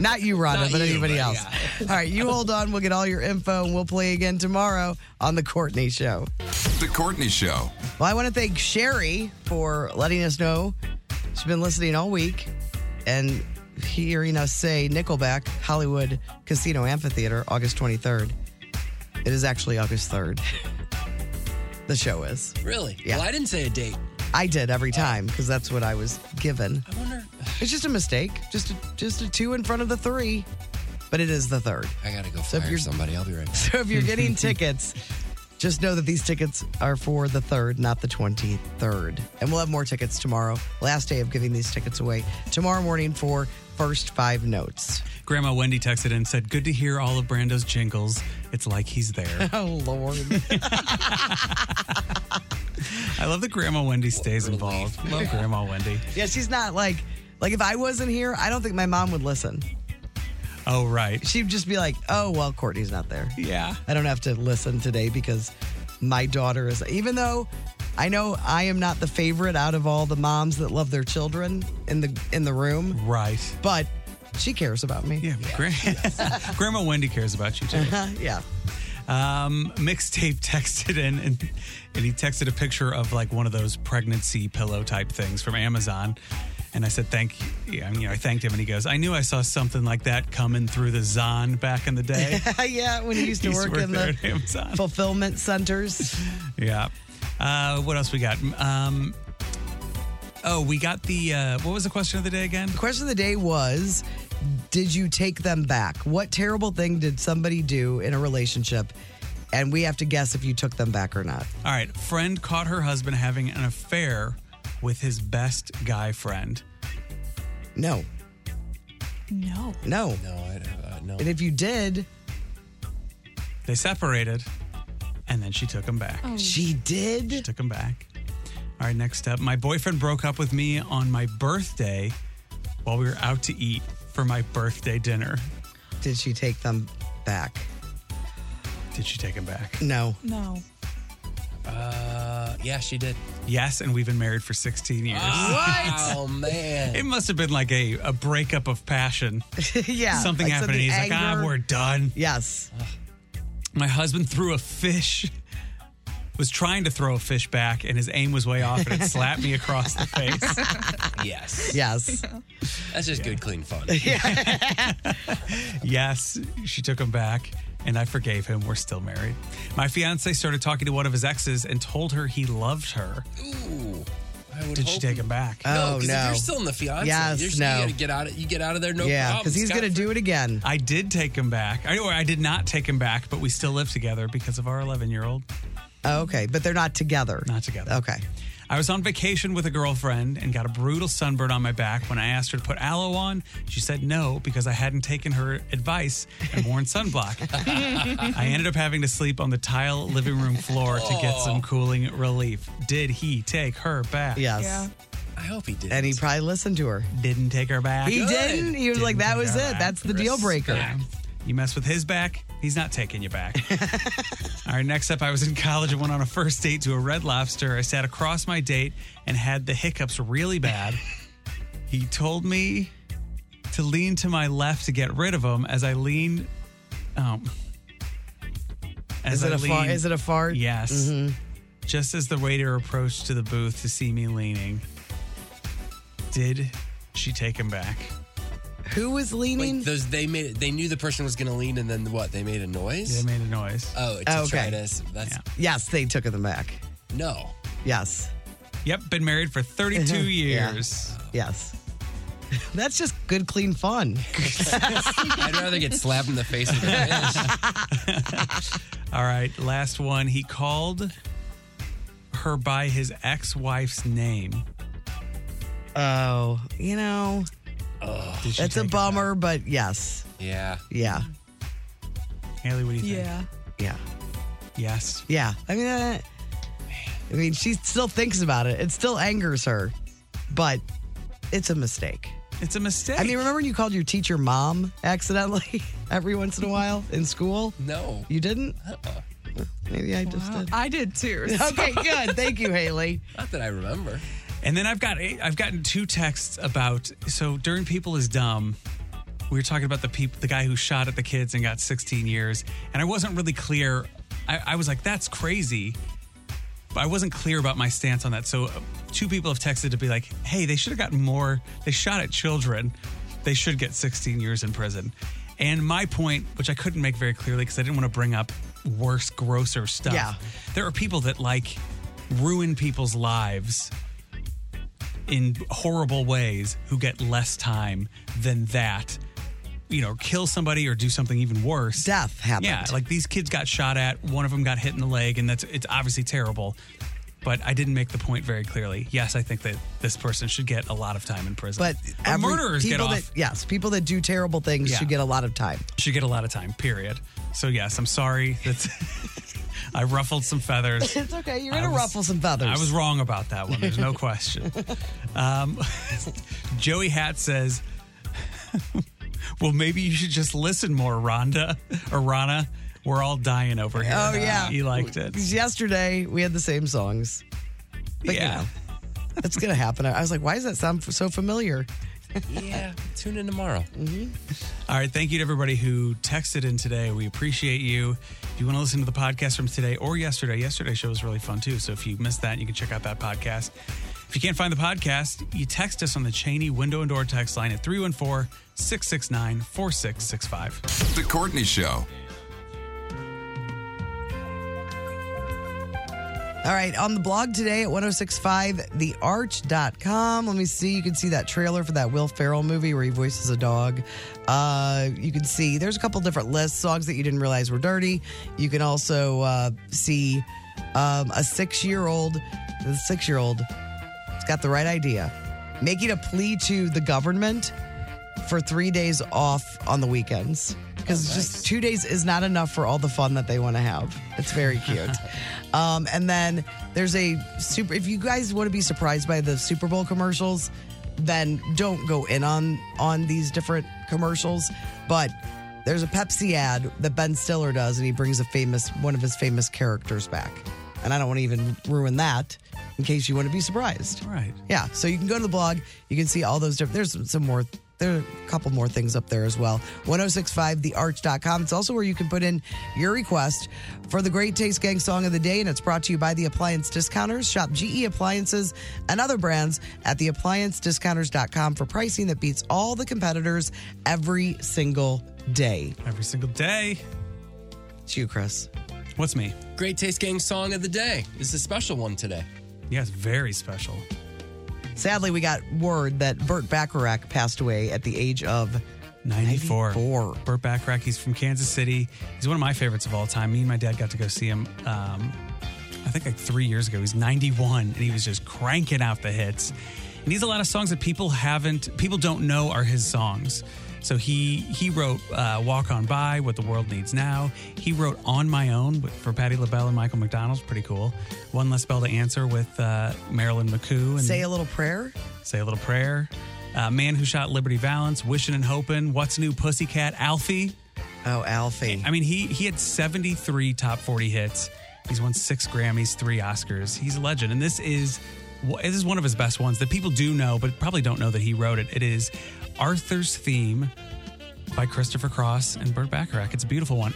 Not you, Rana,
Not
but
you,
anybody
but
else. All right, you hold on. We'll get all your info and we'll play again tomorrow on The Courtney Show.
The Courtney Show.
Well, I want to thank Sherry for letting us know she's been listening all week and hearing us say Nickelback Hollywood Casino Amphitheater August 23rd. It is actually August 3rd. [LAUGHS] the show is.
Really?
Yeah.
Well, I didn't say a date.
I did every time because that's what I was given.
I wonder.
It's just a mistake, just a, just a two in front of the three, but it is the third.
I got to go
So if
fire
you're-
somebody. I'll be right back.
[LAUGHS] So if
[LAUGHS]
you're getting tickets, just know that these tickets are for the 3rd, not the 23rd. And we'll have more tickets tomorrow. Last day of giving these tickets away tomorrow morning for first five notes.
Grandma Wendy texted in and said, Good to hear all of Brando's jingles. It's like he's there.
[LAUGHS] Oh, Lord.
I love that Grandma Wendy stays involved. Love Grandma Wendy.
yeah, she's not like, like if I wasn't here, I don't think my mom would listen.
Oh, right.
She'd just be like, oh, well, Courtney's not there.
Yeah.
I don't have to listen today because my daughter is. Even though I know I am not the favorite out of all the moms that love their children in the in the room.
Right.
But she cares about me. Yeah.
Gra- [LAUGHS] Grandma Wendy cares about you too.
Uh-huh, yeah.
Um, mixtape texted in and, and he texted a picture of like one of those pregnancy pillow type things from Amazon. And I said, thank you. I mean, you know, I thanked him and he goes, I knew I saw something like that coming through the Zon back in the day.
[LAUGHS] yeah, when you used to
Used to
work,
work
in
there
the
at Amazon.
fulfillment centers.
yeah. Uh, what else we got? Um, oh, we got the, uh, what was the question of the day again?
The question of the day was Did you take them back? What terrible thing did somebody do in a relationship? And we have to guess if you took them back or not.
All right, friend caught her husband having an affair with his best guy friend.
No.
No.
No.
No, I, uh, no.
And if you did,
They separated, and then she took him back.
Oh. She did? She
took him back. All right, next up. My boyfriend broke up with me on my birthday while we were out to eat for my birthday dinner.
Did she take them back?
Did she take him back?
No.
No.
Uh, yeah, she did.
Yes, and we've been married for 16 years.
What? Oh,
[LAUGHS]
man.
It must have been like a, a breakup of passion.
[LAUGHS] yeah.
Something
like, so
happened, and
the
he's like, ah,
anger-
we're done.
Yes.
My husband threw a fish, [LAUGHS] was trying to throw a fish back, and his aim was way off,
[LAUGHS]
and it slapped me across the face.
Yes.
[LAUGHS] Yes.
That's just good, clean
[LAUGHS]
fun.
Yes, she took him back, and I forgave him. We're still married. My fiance started talking to one of his exes and told her he loved her.
Ooh. I would
Did she
hope
take
you-
him back?
Oh,
No, 'cause if you're still in the fiance,
Yes,
you're,
no.
you gotta get out of you get out of there, no problem. Scot
to
do it again.
I did take him back. I, or I did not take him back, but we still live together because of our 11 year old.
Oh, okay. But they're not together.
Not together.
Okay.
I was on vacation with a girlfriend and got a brutal sunburn on my back. When I asked her to put aloe on, she said no because I hadn't taken her advice and worn
[LAUGHS]
sunblock. I ended up having to sleep on the tile living room floor to get
Oh.
some cooling relief. Did he take her back?
[LAUGHS] Yes. Yeah.
I hope he did.
And he probably listened to her.
Didn't take her back.
He
Good.
didn't. He was
Didn't
like, that
take
was
her
it.
back.
That's the deal breaker.
Yeah. You mess with his back, he's not taking you
[LAUGHS]
back. All right, next up, I was in college and went on a first date to a red lobster. I sat across my date and had the hiccups really
[LAUGHS]
bad. he told me to lean to my left to get rid of them as I leaned. Um,
Is it
a
a fart? Is it a fart?
Yes.
Mhm.
Just as the waiter approached to the booth to see me leaning, did she take him back?
Who was leaning?
Wait, those they made it, they knew the person was gonna lean and then what? They made a noise?
They made a noise.
Oh, it's
Oh, okay.
detritus. That's
Yes, they took them back.
no.
Yes.
Yep, been married
[LAUGHS]
for 32
Yeah.
years.
Yes. [LAUGHS] That's just good,
[LAUGHS]
clean fun.
I'd rather get slapped in the face with a
[LAUGHS] All right, last one. He called her by his ex wife's name.
Oh, you know,
Did she
that's a
take it
bummer, but yes.
Yeah.
Yeah.
Haley, what do you think?
Yeah.
Yes.
Yeah. I mean, uh, I mean, she still thinks about it. It still angers her, but it's a mistake.
It's a mistake.
I mean, remember when you called your teacher mom accidentally [LAUGHS] every once in a while in school?
No.
You didn't?
Uh-uh.
Maybe I just did. [LAUGHS]
I did too. so-
Okay, good. Thank you, Haley.
Not that I remember.
And then I've got I've gotten two texts about so during people is dumb. We were talking about the peop, the guy who shot at the kids and got 16 years, and I wasn't really clear. I, I was like, "That's crazy," but I wasn't clear about my stance on that. So, uh, two people have texted to be like, "Hey, they should have gotten more. They shot at children. They should get 16 years in prison." And my point, which I couldn't make very clearly because I didn't want to bring up worse, grosser stuff.
Yeah.
There are people that like ruin people's lives in horrible ways who get less time than that. You know, kill somebody or do something even worse.
Death happened.
Yeah, like these kids got shot at. One of them got hit in the leg, and that's it's obviously terrible. But I didn't make the point very clearly. Yes, I think that this person should get a lot of time in prison.
But
Or
every-
murderers get
people
off.
That, yes, people that do terrible things
Yeah.
should get a lot of time.
should get a lot of time. Period. So yes, I'm sorry that [LAUGHS] I ruffled some
[LAUGHS]
feathers.
It's okay. You're
I
gonna
was-
ruffle some feathers.
I was wrong about that one. There's no
[LAUGHS]
question. Um, [LAUGHS] Joey Hat says, [LAUGHS] "Well, maybe you should just listen more, Rhonda or Rana. We're all dying over here.
Oh yeah,
He liked it.
Yesterday we had the same songs. But, you
Yeah.
know, that's
[LAUGHS]
gonna happen. I was like, why does that sound f- so familiar? Mm-hmm.
yeah,
[LAUGHS]
tune in tomorrow.
All right. Thank you to everybody who texted in today. We appreciate you. If you want to listen to the podcast from today or yesterday, yesterday's show was really fun too. So if you missed that, you can check out that podcast. If you can't find the podcast, you text us on the Cheney window and door text line at 314 669 4665.
The Courtney Show.
All right, on the blog today at 1065thearch.com. Let me see. You can see that trailer for that Will Ferrell movie where he voices a dog. Uh, you can see there's a couple different lists, songs that you didn't realize were dirty. You can also uh, see um, a six year old, the six year old, has got the right idea, making a plea to the government for three days off on the weekends because just two days is not enough for all the fun that they want to have. It's very cute. um, and then there's a super. If you guys want to be surprised by the Super Bowl commercials, then don't go in on on these different commercials. But there's a Pepsi ad that Ben Stiller does, and he brings a famous one of his famous characters back. And I don't want to even ruin that in case you want to be surprised.
Right.
Yeah. So you can go to the blog. You can see all those different. There's some, some more. There are a couple more things up there as well. 1065thearch.com. It's also where you can put in your request for the Great Taste Gang Song of the Day, and it's brought to you by the Appliance Discounters. Shop GE Appliances and other brands at theappliancediscounters.com for pricing that beats all the competitors every single day.
Every single day.
It's you, Chris.
What's me?
Great Taste Gang song of the day. This is a special one today.
Yes, very special.
Sadly, we got word that Burt Bacharach passed away at the age of
94. Burt Bacharach. He's from Kansas City. He's one of my favorites of all time. Me and my dad got to go see him. Um, I think like three years ago. He's 91, and he was just cranking out the hits. And he's a lot of songs that people haven't, people don't know are his songs. So he he wrote uh, "Walk On By," "What the World Needs Now." He wrote "On My Own" with- for Patti LaBelle and Michael McDonald's, pretty cool. "One Less Bell to Answer" with uh, Marilyn McCoo and
Say a Little Prayer.
Say a Little Prayer. Uh, Man Who Shot Liberty Valance, Wishing and Hoping, What's New Pussycat, Alfie.
Oh, Alfie.
I mean, he he had 73 top 40 hits. He's won six Grammys, three Oscars. He's a legend. And this is wh- this is one of his best ones that people do know, but probably don't know that he wrote it. It is Arthur's Theme by Christopher Cross and Burt Bacharach. It's a beautiful one.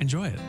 Enjoy it.